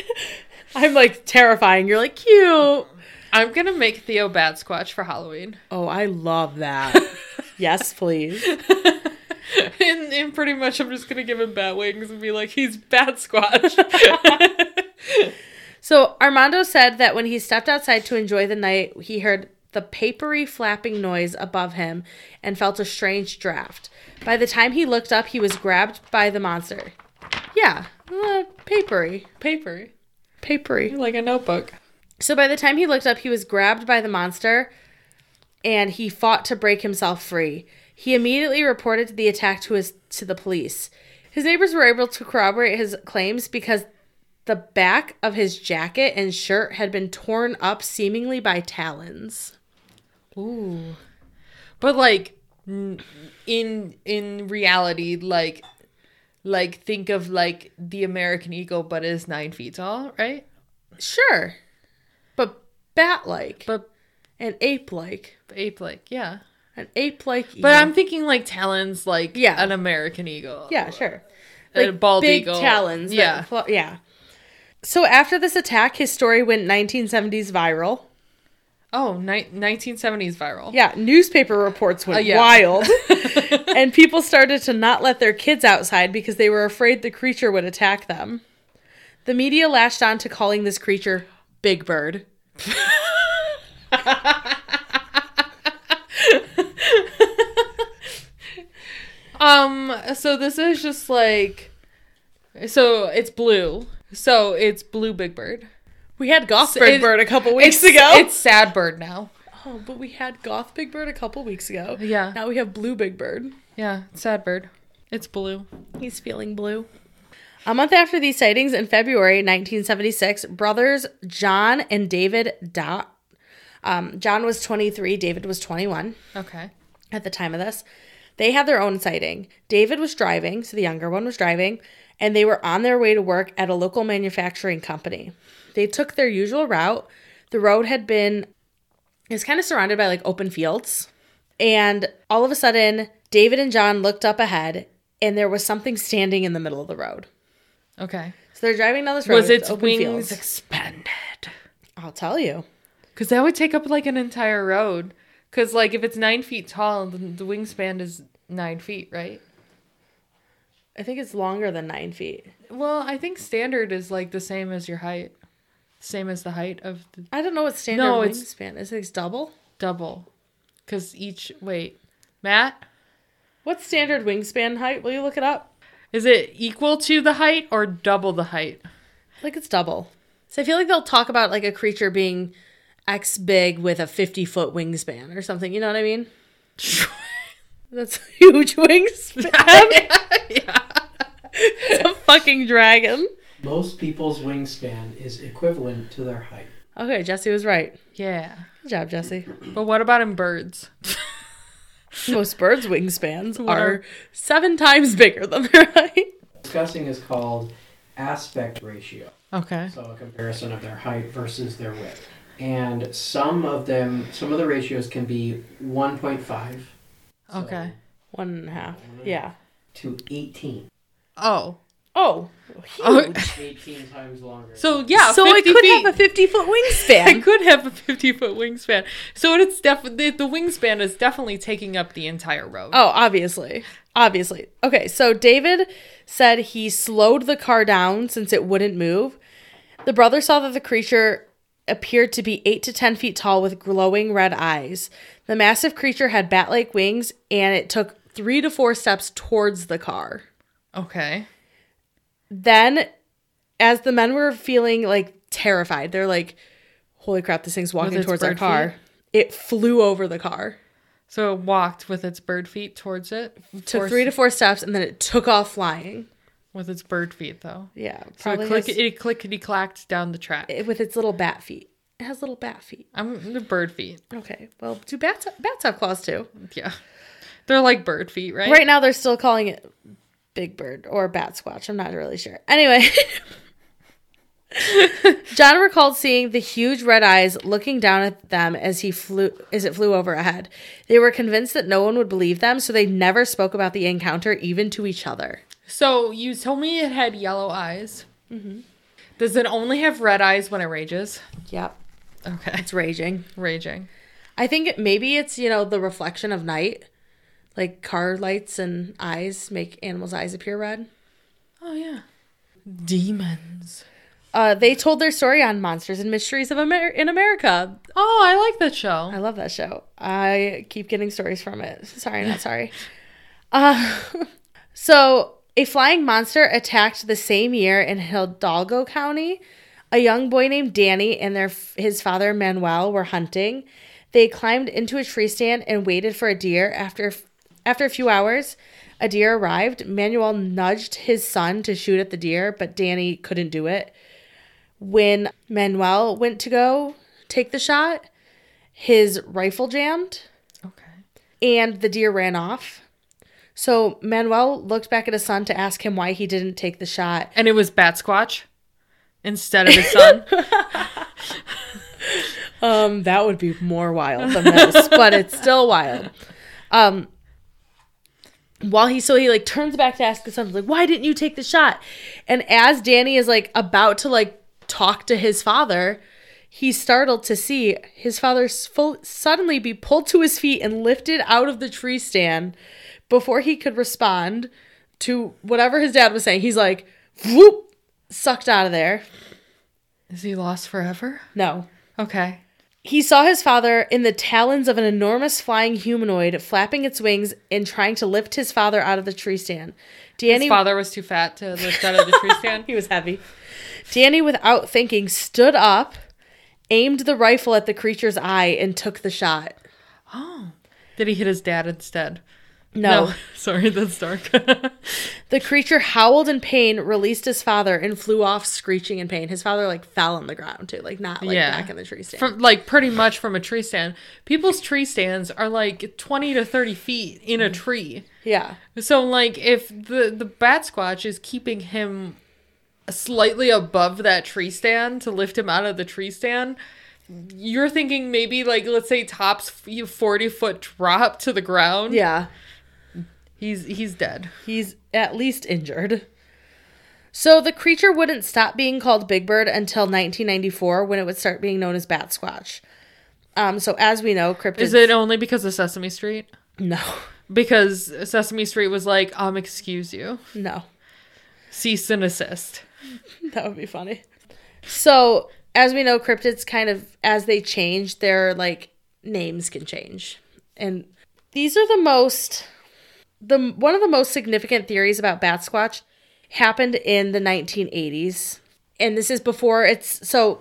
Speaker 2: [laughs] I'm like terrifying. You're like cute.
Speaker 1: I'm gonna make Theo Bat Squatch for
Speaker 2: [laughs]
Speaker 1: Halloween.
Speaker 2: Oh, I love [laughs] that. yes, please.
Speaker 1: and, and pretty much I'm just gonna give him bat wings and be like, he's Bat Squatch.
Speaker 2: [laughs] So Armando said that when he stepped outside to enjoy the night, he heard the papery flapping noise above him and felt a strange draft. By the time he looked up, he was grabbed by the monster. Yeah, uh, papery,
Speaker 1: Paper.
Speaker 2: papery.
Speaker 1: Like a notebook.
Speaker 2: So by the time he looked up, he was grabbed by the monster and he fought to break himself free. He immediately reported the attack to his to the police. His neighbors were able to corroborate his claims because the back of his jacket and shirt had been torn up seemingly by talons.
Speaker 1: Ooh. But like n- in in reality, like like think of like the American eagle, but is nine feet tall, right?
Speaker 2: Sure. But bat like.
Speaker 1: But
Speaker 2: an ape like.
Speaker 1: ape like, yeah.
Speaker 2: An ape like
Speaker 1: But I'm thinking like talons, like
Speaker 2: Yeah.
Speaker 1: an American eagle.
Speaker 2: Yeah, sure.
Speaker 1: A bald
Speaker 2: big
Speaker 1: eagle.
Speaker 2: talons. that
Speaker 1: Yeah.
Speaker 2: flo- yeah. So after this attack, his story went 1970s viral.
Speaker 1: Oh, ni- 1970s viral.
Speaker 2: Yeah, [laughs] newspaper reports went
Speaker 1: Uh, yeah.
Speaker 2: wild, and people started to not let their kids outside because they were afraid the creature would attack them. The media lashed on to calling this creature Big Bird.
Speaker 1: [laughs] Um. So this is just like, so it's blue. So it's blue Big Bird.
Speaker 2: We had Goth
Speaker 1: So
Speaker 2: Big
Speaker 1: it-
Speaker 2: Bird a couple weeks
Speaker 1: it's,
Speaker 2: ago.
Speaker 1: It's sad bird now.
Speaker 2: oh, but we had Goth Big Bird a couple weeks ago.
Speaker 1: Yeah.
Speaker 2: Now we have Blue Big Bird.
Speaker 1: Yeah. it's Sad bird. It's blue.
Speaker 2: He's feeling blue. A month after these sightings in February 1976, brothers John and David Dot. Um, John was 23, David was 21
Speaker 1: Okay.
Speaker 2: at the time of this. They had their own sighting. David was driving, so the younger one was driving, and they were on their way to work at a local manufacturing company. They took their usual route. The road had been is kind of surrounded by like open fields, and all of a sudden, David and John looked up ahead, and there was something standing in the middle of the road.
Speaker 1: Okay.
Speaker 2: So they're driving down this road.
Speaker 1: Was
Speaker 2: with
Speaker 1: its
Speaker 2: open
Speaker 1: wings
Speaker 2: fields.
Speaker 1: expanded?
Speaker 2: I'll tell you.
Speaker 1: Because that would take up like an entire road. Because like if it's nine feet tall, the, the wingspan is nine feet, right?
Speaker 2: I think it's longer than nine feet.
Speaker 1: Well, I think standard is like the same as your height, same as the height of the
Speaker 2: I don't know what standard
Speaker 1: No, it's-
Speaker 2: wingspan is. It's double.
Speaker 1: double. Because each wait, Matt.
Speaker 2: What's standard wingspan height? Will you look it up?
Speaker 1: Is it equal to the height or double the height?
Speaker 2: Like it's double. So I feel like they'll talk about like a creature being X big with a 50 foot wingspan or something. You know what
Speaker 1: [laughs]
Speaker 2: I mean? That's a huge wingspan.
Speaker 1: [laughs] yeah.
Speaker 2: it's [laughs] a fucking dragon.
Speaker 3: Most people's wingspan is equivalent to their height.
Speaker 2: Okay, Jesse was right.
Speaker 1: Yeah.
Speaker 2: Good job, Jesse.
Speaker 1: But what about in birds?
Speaker 2: Most birds' wingspans
Speaker 1: What
Speaker 2: are
Speaker 1: are-
Speaker 2: seven times bigger than their height.
Speaker 3: Discussing is called aspect ratio.
Speaker 1: Okay.
Speaker 3: So a comparison of their height versus their width. And some of them, some of the ratios can be 1.5. so
Speaker 1: Okay.
Speaker 2: One and a half. Yeah.
Speaker 3: To 18.
Speaker 1: Oh.
Speaker 2: Oh, [laughs]
Speaker 1: Oh,
Speaker 3: 18 times longer. [laughs]
Speaker 1: so yeah,
Speaker 2: so it
Speaker 1: 50
Speaker 2: could
Speaker 1: feet.
Speaker 2: have a 50 foot
Speaker 1: it [laughs]
Speaker 2: wingspan.
Speaker 1: could have a 50 foot wingspan. So it's def- the, the wingspan is definitely taking up the entire road.
Speaker 2: oh, obviously. Obviously. Okay, so David said he slowed the car down since it wouldn't move. The brother saw that the creature appeared to be 8 to 10 feet tall with glowing red eyes. The massive creature had bat like wings and it took three to four steps towards the car.
Speaker 1: Okay.
Speaker 2: Then, as the men were feeling like terrified, they're like, holy crap, this thing's walking
Speaker 1: its
Speaker 2: towards our
Speaker 1: bird
Speaker 2: car. It flew over the car.
Speaker 1: So it walked with its bird feet towards it.
Speaker 2: took
Speaker 1: Force-
Speaker 2: three to four steps and then it took off flying.
Speaker 1: with its bird feet though.
Speaker 2: Yeah,
Speaker 1: So it,
Speaker 2: probably
Speaker 1: click-
Speaker 2: has-
Speaker 1: it clickety clacked down the track.
Speaker 2: it- with its little bat feet. It has little bat feet.
Speaker 1: I'm the bird feet.
Speaker 2: Okay, well, do bats bats have claws too?
Speaker 1: Yeah. They're like bird feet, right?
Speaker 2: Right now, they're still calling it Big Bird or Bat Squatch. I'm not really sure. Anyway, [laughs] John recalled seeing the huge red eyes looking down at them as he flew as it flew over ahead. They were convinced that no one would believe them, so they never spoke about the encounter even to each other.
Speaker 1: So you told me it had yellow eyes.
Speaker 2: Mm-hmm.
Speaker 1: Does it only have red eyes when it rages?
Speaker 2: Yep,
Speaker 1: Okay. [laughs]
Speaker 2: it's raging.
Speaker 1: Raging.
Speaker 2: I think it, maybe it's you know the reflection of night, like car lights and eyes make animals' eyes appear red.
Speaker 1: Oh yeah. Demons.
Speaker 2: Uh, they told their story on Monsters and Mysteries of Amer- in America.
Speaker 1: Oh, I like that show.
Speaker 2: I love that show. I keep getting stories from it. Sorry, not sorry. Uh, [laughs] so, a flying monster attacked the same year in Hidalgo County. A young boy named Danny and their his father Manuel were hunting. They climbed into a tree stand and waited for a deer. After after a few hours, a deer arrived. Manuel nudged his son to shoot at the deer, but Danny couldn't do it. When Manuel went to go take the shot, his rifle jammed
Speaker 1: Okay.
Speaker 2: and the deer ran off. So Manuel looked back at his son to ask him why he didn't take the shot.
Speaker 1: And it was Bat Squatch instead of his son.
Speaker 2: [laughs] Um, that would be more wild than this, but it's still wild. Um, while he so he like turns back to ask his son like, why didn't you take the shot? And as Danny is like about to like talk to his father, he's startled to see his father s- full, suddenly be pulled to his feet and lifted out of the tree stand before he could respond to whatever his dad was saying. He's like, whoop, sucked out of there.
Speaker 1: Is he lost forever?
Speaker 2: No,
Speaker 1: Okay.
Speaker 2: he saw his father in the talons of an enormous flying humanoid, flapping its wings and trying to lift his father out of the tree stand.
Speaker 1: His
Speaker 2: Danny,
Speaker 1: father was too fat to lift out of the tree stand.
Speaker 2: [laughs] he was heavy. Danny, without thinking, stood up, aimed the rifle at the creature's eye, and took the shot.
Speaker 1: Oh. Did he hit his dad instead?
Speaker 2: No,
Speaker 1: [laughs] Sorry, that's dark. [laughs]
Speaker 2: the creature howled in pain, released his father, and flew off screeching in pain. His father like fell on the ground too, like not like
Speaker 1: Yeah.
Speaker 2: back in the tree stand.
Speaker 1: from like pretty much from a tree stand. People's tree stands are like 20 to 30 feet in a tree.
Speaker 2: yeah,
Speaker 1: So like if the the bat squatch is keeping him slightly above that tree stand to lift him out of the tree stand, you're thinking maybe like let's say tops 40 foot drop to the ground.
Speaker 2: yeah.
Speaker 1: He's he's dead.
Speaker 2: He's at least injured. So the creature wouldn't stop being called Big Bird until 1994 when it would start being known as Bat Squatch. Um, so as we know, cryptids.
Speaker 1: Is it only because of Sesame Street?
Speaker 2: [laughs] No,
Speaker 1: Because Sesame Street was like, um, excuse you.
Speaker 2: no.
Speaker 1: Cease and assist.
Speaker 2: [laughs] That would be funny. So as we know, cryptids kind of, as they change, their like names can change. And these are the most, the one of the most significant theories about Bat Squatch happened in the 1980s. And this is before it's, so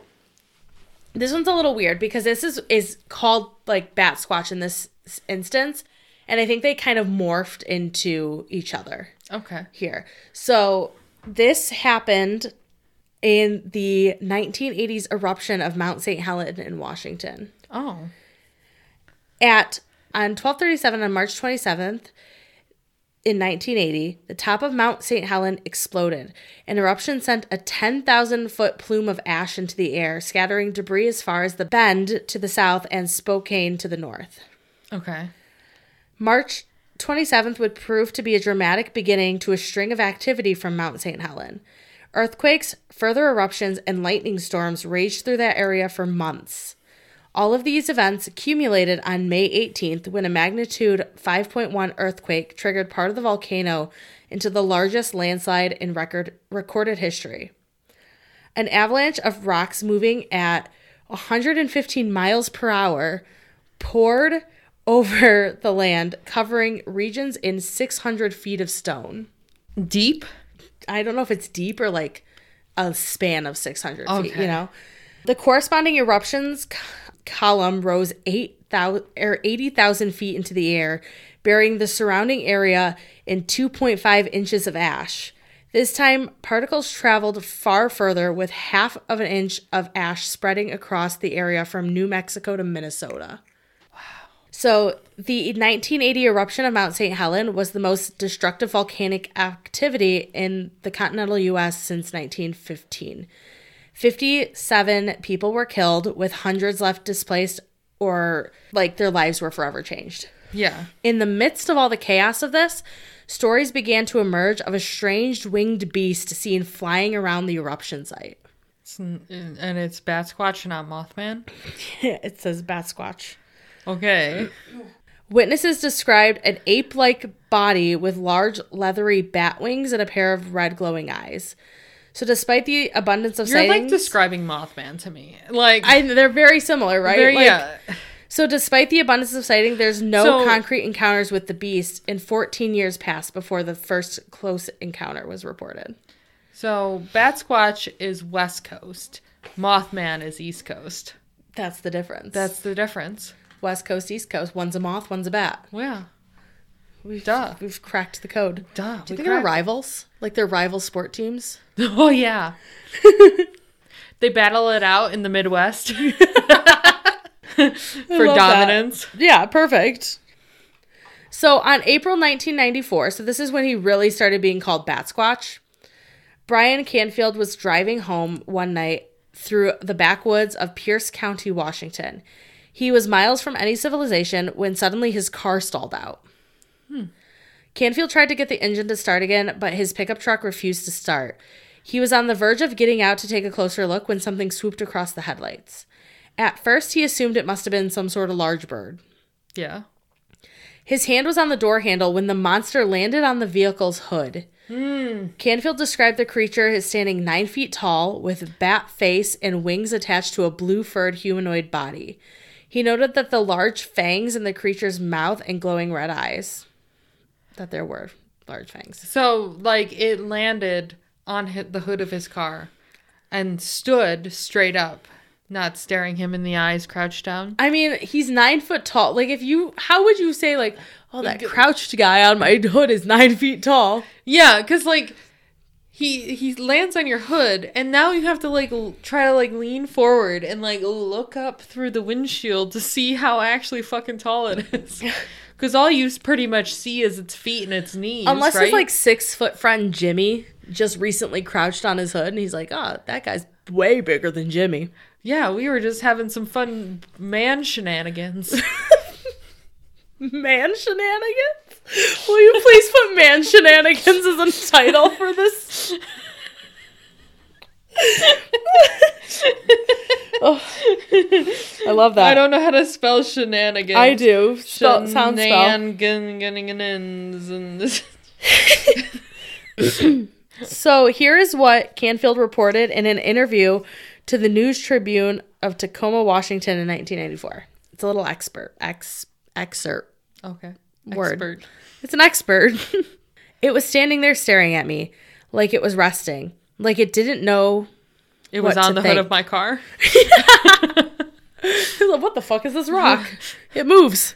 Speaker 2: this one's a little weird because this is is called like bat squatch in this s- instance and i think they kind of morphed into each other
Speaker 1: Okay.
Speaker 2: here so this happened in the 1980s eruption of Mount St. Helens in Washington.
Speaker 1: Oh.
Speaker 2: At on 1237 on March 27th in 1980, the top of Mount St. Helen exploded. An eruption sent a 10,000 foot plume of ash into the air, scattering debris as far as the Bend to the south and Spokane to the north.
Speaker 1: Okay.
Speaker 2: March 27th would prove to be a dramatic beginning to a string of activity from Mount St. Helen. Earthquakes, further eruptions, and lightning storms raged through that area for months. All of these events accumulated on May 18th when a magnitude 5.1 earthquake triggered part of the volcano into the largest landslide in record recorded history. An avalanche of rocks moving at 115 miles per hour poured [laughs] over the land, covering regions in 600 feet of stone.
Speaker 1: Deep?
Speaker 2: I don't know if it's deep or like a span of 600 feet,
Speaker 1: Okay.
Speaker 2: you know? The corresponding eruptions c- column rose 8,000 or 80,000 feet into the air, burying the surrounding area in 2.5 inches of ash. This time, particles traveled far further, with half of an inch of ash spreading across the area from New Mexico to Minnesota. So, the 1980 eruption of Mount St. Helen was the most destructive volcanic activity in the continental U.S. since 1915. 57 people were killed, with hundreds left displaced or like their lives were forever changed.
Speaker 1: Yeah.
Speaker 2: In the midst of all the chaos of this, stories began to emerge of a strange winged beast seen flying around the eruption site.
Speaker 1: It's, n- and it's Bat Squatch, not Mothman.
Speaker 2: [laughs] it says Bat Squatch.
Speaker 1: Okay.
Speaker 2: Witnesses described an ape like body with large leathery bat wings and a pair of red glowing eyes. So, despite the abundance of
Speaker 1: You're like
Speaker 2: sightings,
Speaker 1: describing Mothman to me. Like,
Speaker 2: I, they're very similar, right?
Speaker 1: there-
Speaker 2: Like,
Speaker 1: yeah.
Speaker 2: So, despite the abundance of sighting, there's no
Speaker 1: So-
Speaker 2: concrete encounters with the beast, and 14 years passed before the first close encounter was reported.
Speaker 1: So Bat Squatch is West Coast. Mothman is East Coast.
Speaker 2: That's the difference.
Speaker 1: That's the difference.
Speaker 2: West Coast, East Coast. One's a moth, one's a bat.
Speaker 1: Yeah.
Speaker 2: We've,
Speaker 1: Duh.
Speaker 2: We've cracked the code.
Speaker 1: Duh. we
Speaker 2: Do you think they're
Speaker 1: cracked.
Speaker 2: rivals? Like they're rival sport teams?
Speaker 1: [laughs] Oh
Speaker 2: [laughs]
Speaker 1: yeah. they battle it out in the
Speaker 2: [laughs]
Speaker 1: Midwest for
Speaker 2: love that.
Speaker 1: dominance.
Speaker 2: Yeah, perfect. So on April 1994, so this is when he really started being called Bat Squatch. Brian Canfield was driving home one night through the backwoods of Pierce County, Washington. He was miles from any civilization when suddenly his car stalled out. Canfield tried to get the engine to start again, but his pickup truck refused to start. He was on the verge of getting out to take a closer look when something swooped across the headlights. At first, he assumed it must have been some sort of large bird.
Speaker 1: Yeah.
Speaker 2: His hand was on the door handle when the monster landed on the vehicle's hood. Canfield described the creature as standing nine feet tall, with bat face and wings attached to a blue furred humanoid body. He noted that the large fangs in the creature's mouth and glowing red eyes. That there were large fangs.
Speaker 1: So like it landed on hi- the hood of his car and stood straight up, not staring him in the eyes, crouched down.
Speaker 2: I mean, he's nine foot tall. Like, if you, how would you say, like, oh, that crouched guy on my [laughs] hood is nine feet tall?
Speaker 1: Yeah, cuz like he he lands on your hood and now you have to like l- try to like lean forward and like look up through the windshield to see how actually fucking tall it
Speaker 2: [laughs]
Speaker 1: is. Cuz all you s- pretty much see is its feet and its knees,
Speaker 2: Unless
Speaker 1: right?
Speaker 2: his like six foot friend Jimmy just recently crouched on his hood and he's like, oh, that guy's way bigger than Jimmy. [laughs]
Speaker 1: Yeah, we were just having some fun man
Speaker 2: [laughs]
Speaker 1: shenanigans.
Speaker 2: Man shenanigans? Will you please put man shenanigans as a title for this? [laughs] Oh, I love that.
Speaker 1: I don't know how to spell shenanigans.
Speaker 2: I do. Spell, sound spell.
Speaker 1: Shenanigans and [laughs] this.
Speaker 2: So here is what Canfield reported in an interview to the News Tribune of Tacoma, Washington in 1994. It's a little expert, ex, excerpt.
Speaker 1: Okay.
Speaker 2: Word.
Speaker 1: Expert.
Speaker 2: It's an expert. [laughs] it was standing there staring at me, like it was resting, like it didn't know.
Speaker 1: It
Speaker 2: What
Speaker 1: was
Speaker 2: to
Speaker 1: on the
Speaker 2: think.
Speaker 1: hood of my car.
Speaker 2: [laughs] what the fuck is this rock? it moves.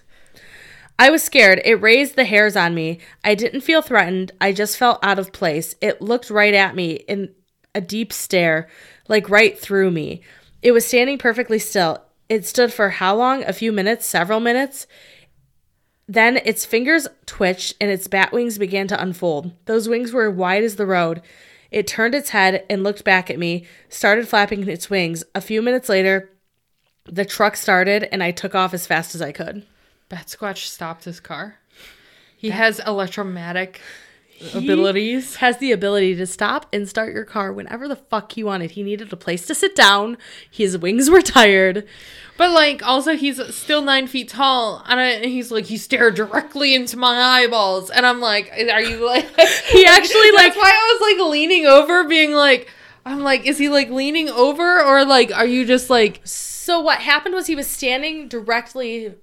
Speaker 2: I was scared. It raised the hairs on me. I didn't feel threatened. I just felt out of place. It looked right at me, and a deep stare, like right through me. It was standing perfectly still. It stood for how long? A few minutes, several minutes. Then its fingers twitched and its bat wings began to unfold. Those wings were wide as the road. It turned its head and looked back at me, started flapping its wings. A few minutes later, the truck started and I took off as fast as I could.
Speaker 1: Bat Squatch stopped his car. He has electromatic abilities.
Speaker 2: has the ability to stop and start your car whenever the fuck he wanted. He needed a place to sit down. His wings were tired.
Speaker 1: But like, also he's still nine feet tall, and, I, and he's like, he stared directly into my eyeballs, and I'm like, are you [laughs] like?
Speaker 2: He actually, like-
Speaker 1: That's why I was like leaning over, being like, I'm like, is he like leaning over, or like, are you just like?
Speaker 2: So what happened was he was standing directly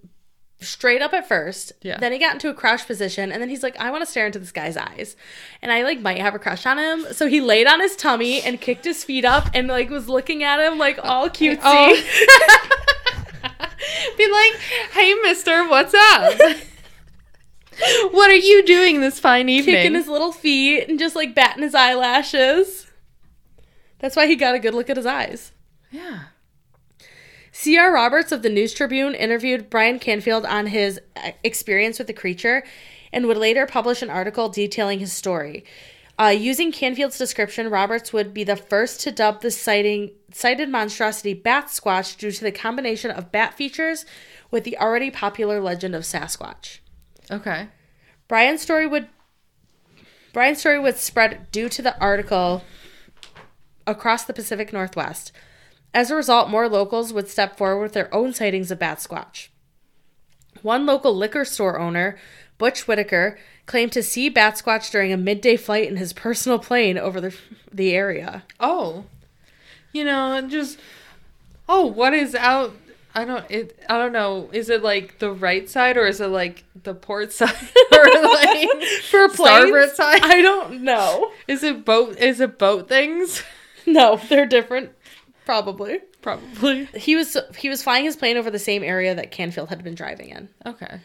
Speaker 2: straight up at first.
Speaker 1: Yeah.
Speaker 2: Then he got into a crouch position and then he's like, I want to stare into this guy's eyes. And I like might have a crush on him. So he laid on his tummy and kicked his feet up and like was looking at him like all cutesy.
Speaker 1: Oh.
Speaker 2: [laughs]
Speaker 1: Be like, hey, Mister, what's [laughs] up? what are you doing this fine evening?
Speaker 2: kicking his little feet and just like batting his eyelashes. That's why he got a good look at his eyes.
Speaker 1: yeah.
Speaker 2: C.R. Roberts of the News Tribune interviewed Brian Canfield on his uh, experience with the creature and would later publish an article detailing his story. Uh, using Canfield's description, Roberts would be the first to dub the sighting, sighted monstrosity Bat Squatch due to the combination of bat features with the already popular legend of Sasquatch.
Speaker 1: Okay.
Speaker 2: Brian's story would Brian's story would spread due to the article across the Pacific Northwest. As a result, more locals would step forward with their own sightings of bat squatch. One local liquor store owner, Butch Whitaker, claimed to see bat squatch during a midday flight in his personal plane over the, the area.
Speaker 1: Oh, you know, and just oh, what is out? I don't. It. I don't know. Is it like the right side or is it like the port [laughs] side or like [laughs]
Speaker 2: For
Speaker 1: starboard
Speaker 2: planes?
Speaker 1: side?
Speaker 2: I don't know.
Speaker 1: Is it boat? Is it boat things?
Speaker 2: [laughs]
Speaker 1: [laughs]
Speaker 2: No, they're different, probably.
Speaker 1: [laughs] Probably.
Speaker 2: He was he was flying his plane over the same area that Canfield had been driving in.
Speaker 1: Okay.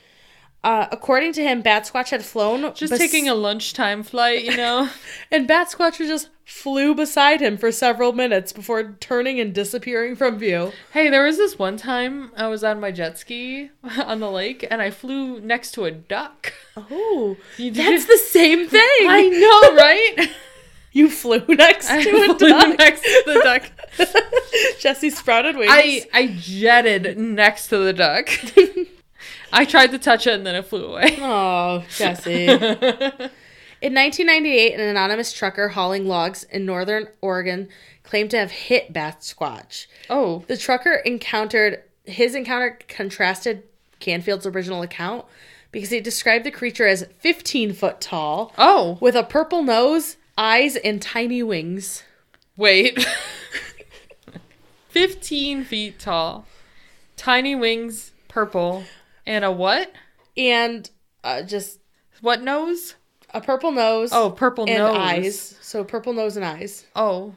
Speaker 2: Uh, according to him, Bat Squatch had flown.
Speaker 1: Just
Speaker 2: bes-
Speaker 1: taking a lunchtime flight, you know.
Speaker 2: And Bat Squatch was just flew beside him for several minutes before turning and disappearing from view.
Speaker 1: hey, there was this one time I was on my jet ski [laughs] on the lake and I flew next to a duck. [laughs]
Speaker 2: Oh,
Speaker 1: You
Speaker 2: [laughs] that's
Speaker 1: did-
Speaker 2: the same thing.
Speaker 1: I [laughs] know, right?
Speaker 2: You flew [laughs] next
Speaker 1: I
Speaker 2: to a
Speaker 1: flew
Speaker 2: duck.
Speaker 1: next
Speaker 2: [laughs]
Speaker 1: to the duck.
Speaker 2: Jesse sprouted wings. [laughs]
Speaker 1: I I jetted next to the duck. [laughs] I tried to touch it and then it flew away.
Speaker 2: Oh, Jesse. In 1998, an anonymous trucker hauling logs in northern Oregon claimed to have hit Bat Squatch.
Speaker 1: [laughs] oh,
Speaker 2: The trucker encountered his encounter contrasted Canfield's original account because he described the creature as 15 foot tall
Speaker 1: oh,
Speaker 2: with a purple nose, eyes, and tiny wings.
Speaker 1: wait. [laughs] 15 feet tall, tiny wings, purple, and a what?
Speaker 2: And uh, just
Speaker 1: What nose?
Speaker 2: a purple nose
Speaker 1: Oh, purple
Speaker 2: and
Speaker 1: nose.
Speaker 2: eyes. So purple nose and eyes.
Speaker 1: Oh.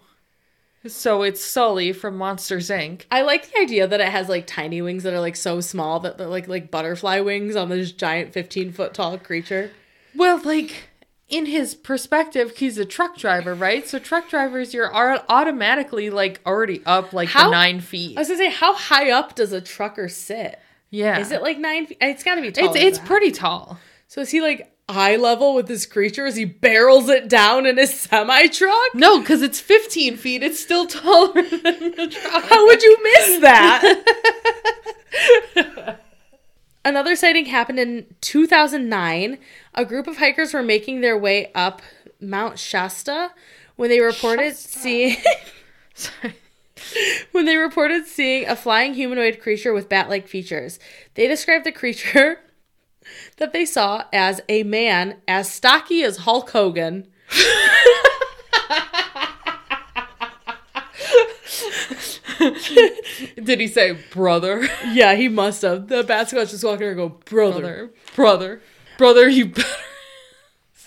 Speaker 1: So it's Sully from Monsters Inc.
Speaker 2: I like the idea that it has like tiny wings that are like so small that they're like like butterfly wings on this giant 15 foot tall creature.
Speaker 1: Well, like in his perspective, he's a truck driver, right? So truck drivers, you're are automatically like already up like
Speaker 2: How-
Speaker 1: the nine feet.
Speaker 2: I was gonna say, how high up does a trucker sit?
Speaker 1: yeah,
Speaker 2: Is it like nine feet? It's gotta be tall.
Speaker 1: It's it's pretty tall.
Speaker 2: So is he like eye level with this creature as he barrels it down in his semi truck?
Speaker 1: No, because it's 15 feet. It's still [laughs] taller than the truck.
Speaker 2: How would you miss that? [laughs] Another sighting happened in 2009. A group of hikers were making their way up Mount Shasta when they reported seeing [laughs]
Speaker 1: Sorry.
Speaker 2: when they reported seeing a flying humanoid creature with bat-like features. They described the creature [laughs] that they saw as a man as stocky as Hulk Hogan.
Speaker 1: Did he say brother?
Speaker 2: Yeah, he must have. The bat squatch just walking around and go, brother.
Speaker 1: Brother. Brother. Brother, you better.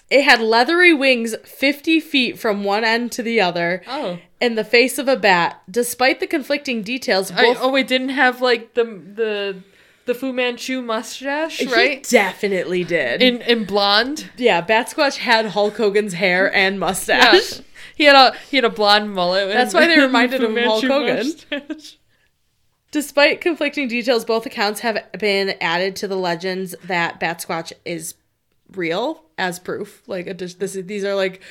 Speaker 2: It had leathery wings 50 feet from one end to the other
Speaker 1: Oh.
Speaker 2: and the face of a bat. Despite the conflicting details,
Speaker 1: I,
Speaker 2: both
Speaker 1: oh, it didn't have like the the the Fu Manchu mustache,
Speaker 2: He
Speaker 1: right?
Speaker 2: definitely did.
Speaker 1: In in blonde.
Speaker 2: yeah, Bat Squatch had Hulk Hogan's hair and
Speaker 1: Yeah.
Speaker 2: mustache.
Speaker 1: [laughs] He had a he had a blonde mullet. [laughs]
Speaker 2: That's why they reminded him of Hulk Hogan. Despite conflicting details, both accounts have been added to the legends that Bat Squatch is real as proof. Like a, dis- this, is- these are like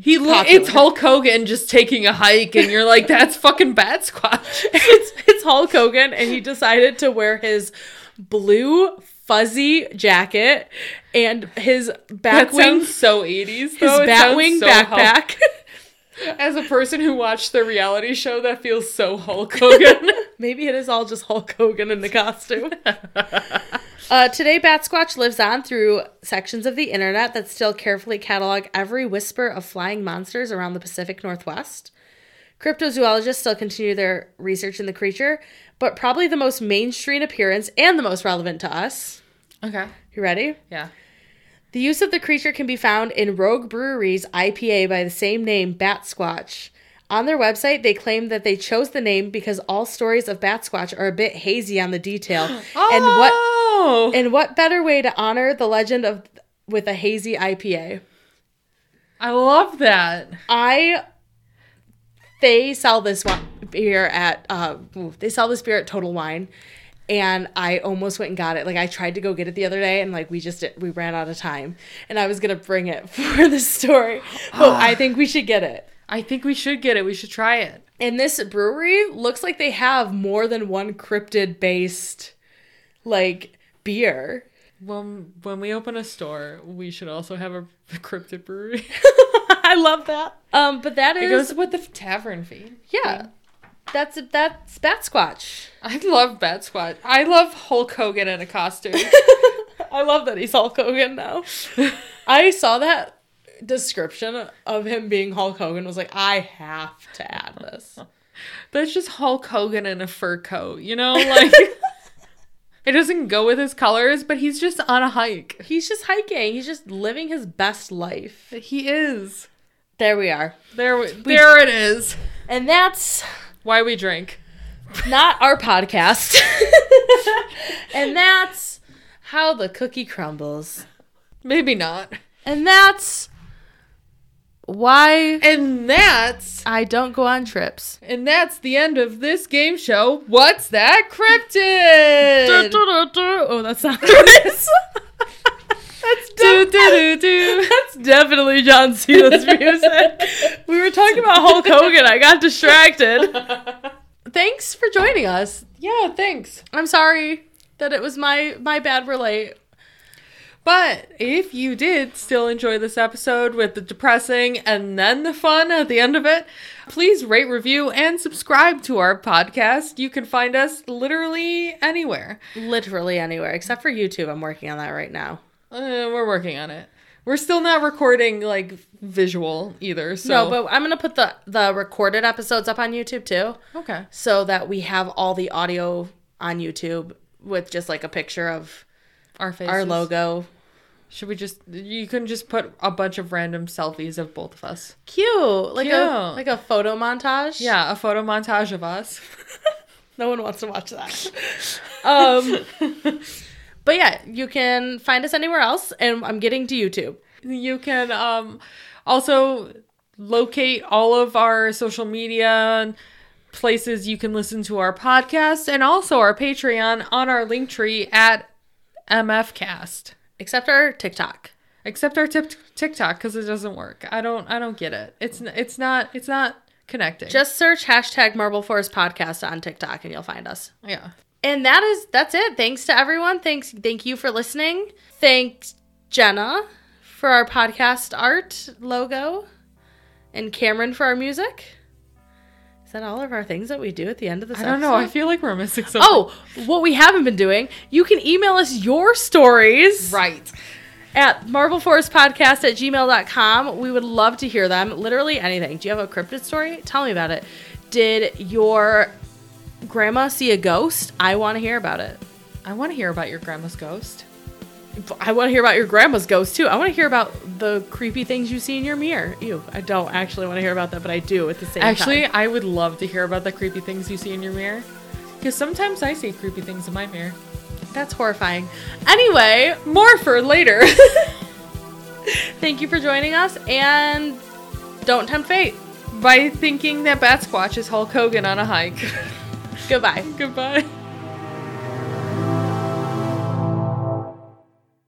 Speaker 1: He lo-
Speaker 2: Popular.
Speaker 1: it's Hulk Hogan just taking a hike, and you're like, that's fucking Bat [laughs] Squatch.
Speaker 2: it's it's Hulk Hogan, and he decided to wear his blue fuzzy jacket and his
Speaker 1: That
Speaker 2: Batwing
Speaker 1: sounds so 80s.
Speaker 2: his
Speaker 1: Though. It sounds
Speaker 2: Batwing
Speaker 1: so Hulk.
Speaker 2: backpack. [laughs]
Speaker 1: As a person who watched the reality show, that feels so Hulk Hogan.
Speaker 2: Maybe it is all just Hulk Hogan in the costume. [laughs] uh, today, Bat Squatch lives on through sections of the internet that still carefully catalog every whisper of flying monsters around the Pacific Northwest. Cryptozoologists still continue their research in the creature, but probably the most mainstream appearance and the most relevant to us.
Speaker 1: [laughs] okay.
Speaker 2: You ready?
Speaker 1: Yeah.
Speaker 2: The use of the creature can be found in Rogue Brewery's IPA by the same name, Bat Squatch. On their website, they claim that they chose the name because all stories of Bat Squatch are a bit hazy on the detail.
Speaker 1: Oh.
Speaker 2: And what and what better way to honor the legend of with a hazy IPA?
Speaker 1: I love that.
Speaker 2: I they sell this one beer at uh, ooh, they sell this beer at Total Wine, and I almost went and got it. Like I tried to go get it the other day, and like we just did, we ran out of time, and I was gonna bring it [laughs] for the story,
Speaker 1: Ah.
Speaker 2: but I think we should get it.
Speaker 1: I think we should get it. We should try it.
Speaker 2: And this brewery looks like they have more than one cryptid based like beer. [laughs]
Speaker 1: When when we open a store, we should also have a [laughs] cryptid brewery.
Speaker 2: I love that. Um, but that
Speaker 1: It
Speaker 2: is
Speaker 1: goes with the tavern fee.
Speaker 2: yeah. That's that's Bat Squatch.
Speaker 1: I love Bat Squad. I love Hulk Hogan in a [laughs] costume.
Speaker 2: [laughs] I love that he's Hulk Hogan now. I saw that description of him being Hulk Hogan was like, I have to add this.
Speaker 1: That's just Hulk Hogan in a fur coat, you know? Like [laughs] it doesn't go with his colors, but he's just on a hike.
Speaker 2: He's just hiking. He's just living his best life.
Speaker 1: He is.
Speaker 2: There we are.
Speaker 1: There we, there it is.
Speaker 2: And that's
Speaker 1: Why we drink.
Speaker 2: not our podcast. and that's how the cookie crumbles.
Speaker 1: Maybe not.
Speaker 2: And that's why
Speaker 1: And that's
Speaker 2: I don't go on trips.
Speaker 1: and that's the end of this game show. What's that cryptid? [laughs]
Speaker 2: Oh, that's not what it is. that's
Speaker 1: do, do, do, do.
Speaker 2: That's definitely John Cena's music. we were talking about Hulk Hogan. I got distracted. Thanks for joining us.
Speaker 1: yeah, thanks.
Speaker 2: I'm sorry that it was my my bad. We're late.
Speaker 1: But if you did still enjoy this episode with the depressing and then the fun at the end of it, please rate, review, and subscribe to our podcast. You can find us literally anywhere.
Speaker 2: Literally anywhere except for YouTube. I'm working on that right now.
Speaker 1: Uh, we're working on it. We're still not recording like visual either. So
Speaker 2: No, but I'm gonna put the the recorded episodes up on YouTube too,
Speaker 1: okay.
Speaker 2: so that we have all the audio on YouTube with just like a picture of
Speaker 1: Our faces.
Speaker 2: our logo.
Speaker 1: Should we just? You can just put a bunch of random selfies of both of us.
Speaker 2: Cute, like a
Speaker 1: Cute.
Speaker 2: like a photo montage.
Speaker 1: Yeah, a photo montage of us. [laughs]
Speaker 2: No one wants to watch that. [laughs]
Speaker 1: [laughs]
Speaker 2: um, but yeah, you can find us anywhere else, and I'm getting to YouTube.
Speaker 1: you can um also locate all of our social media places you can listen to our podcast and also our patreon on our link tree at mfcast
Speaker 2: Except our TikTok.
Speaker 1: except our tip tiktok because it doesn't work i don't i don't get it it's n- it's not it's not connecting
Speaker 2: Just search hashtag Marble Forest Podcast on TikTok, and you'll find us.
Speaker 1: yeah
Speaker 2: And that is that's it. Thanks to everyone. Thanks, thank you for listening. Thanks Jenna for our podcast art logo, and Cameron for our music. Is that all of our things that we do at the end of this?
Speaker 1: i don't know i
Speaker 2: episode?
Speaker 1: feel like we're missing something
Speaker 2: Oh, what we haven't been doing, you can email us your stories
Speaker 1: right
Speaker 2: at marvelforestpodcast at gmail.com. We would love to hear them. Literally anything. Do you have a cryptid story? Tell me about it. Did your grandma see a ghost? I want to hear about it.
Speaker 1: i want to hear about your grandma's ghost
Speaker 2: I want to hear about your grandma's ghost too. I want to hear about the creepy things you see in your mirror. Ew, I don't actually want to hear about that, but I do at the same
Speaker 1: Actually,
Speaker 2: time.
Speaker 1: I would love to hear about the creepy things you see in your mirror. Because sometimes I see creepy things in my mirror.
Speaker 2: Actually, that's horrifying. Anyway, [laughs]
Speaker 1: More for later.
Speaker 2: thank you for joining us and
Speaker 4: Don't tempt fate.
Speaker 2: by thinking that Bat Squatch is Hulk Hogan on a hike. [laughs]
Speaker 4: Goodbye.
Speaker 2: Goodbye.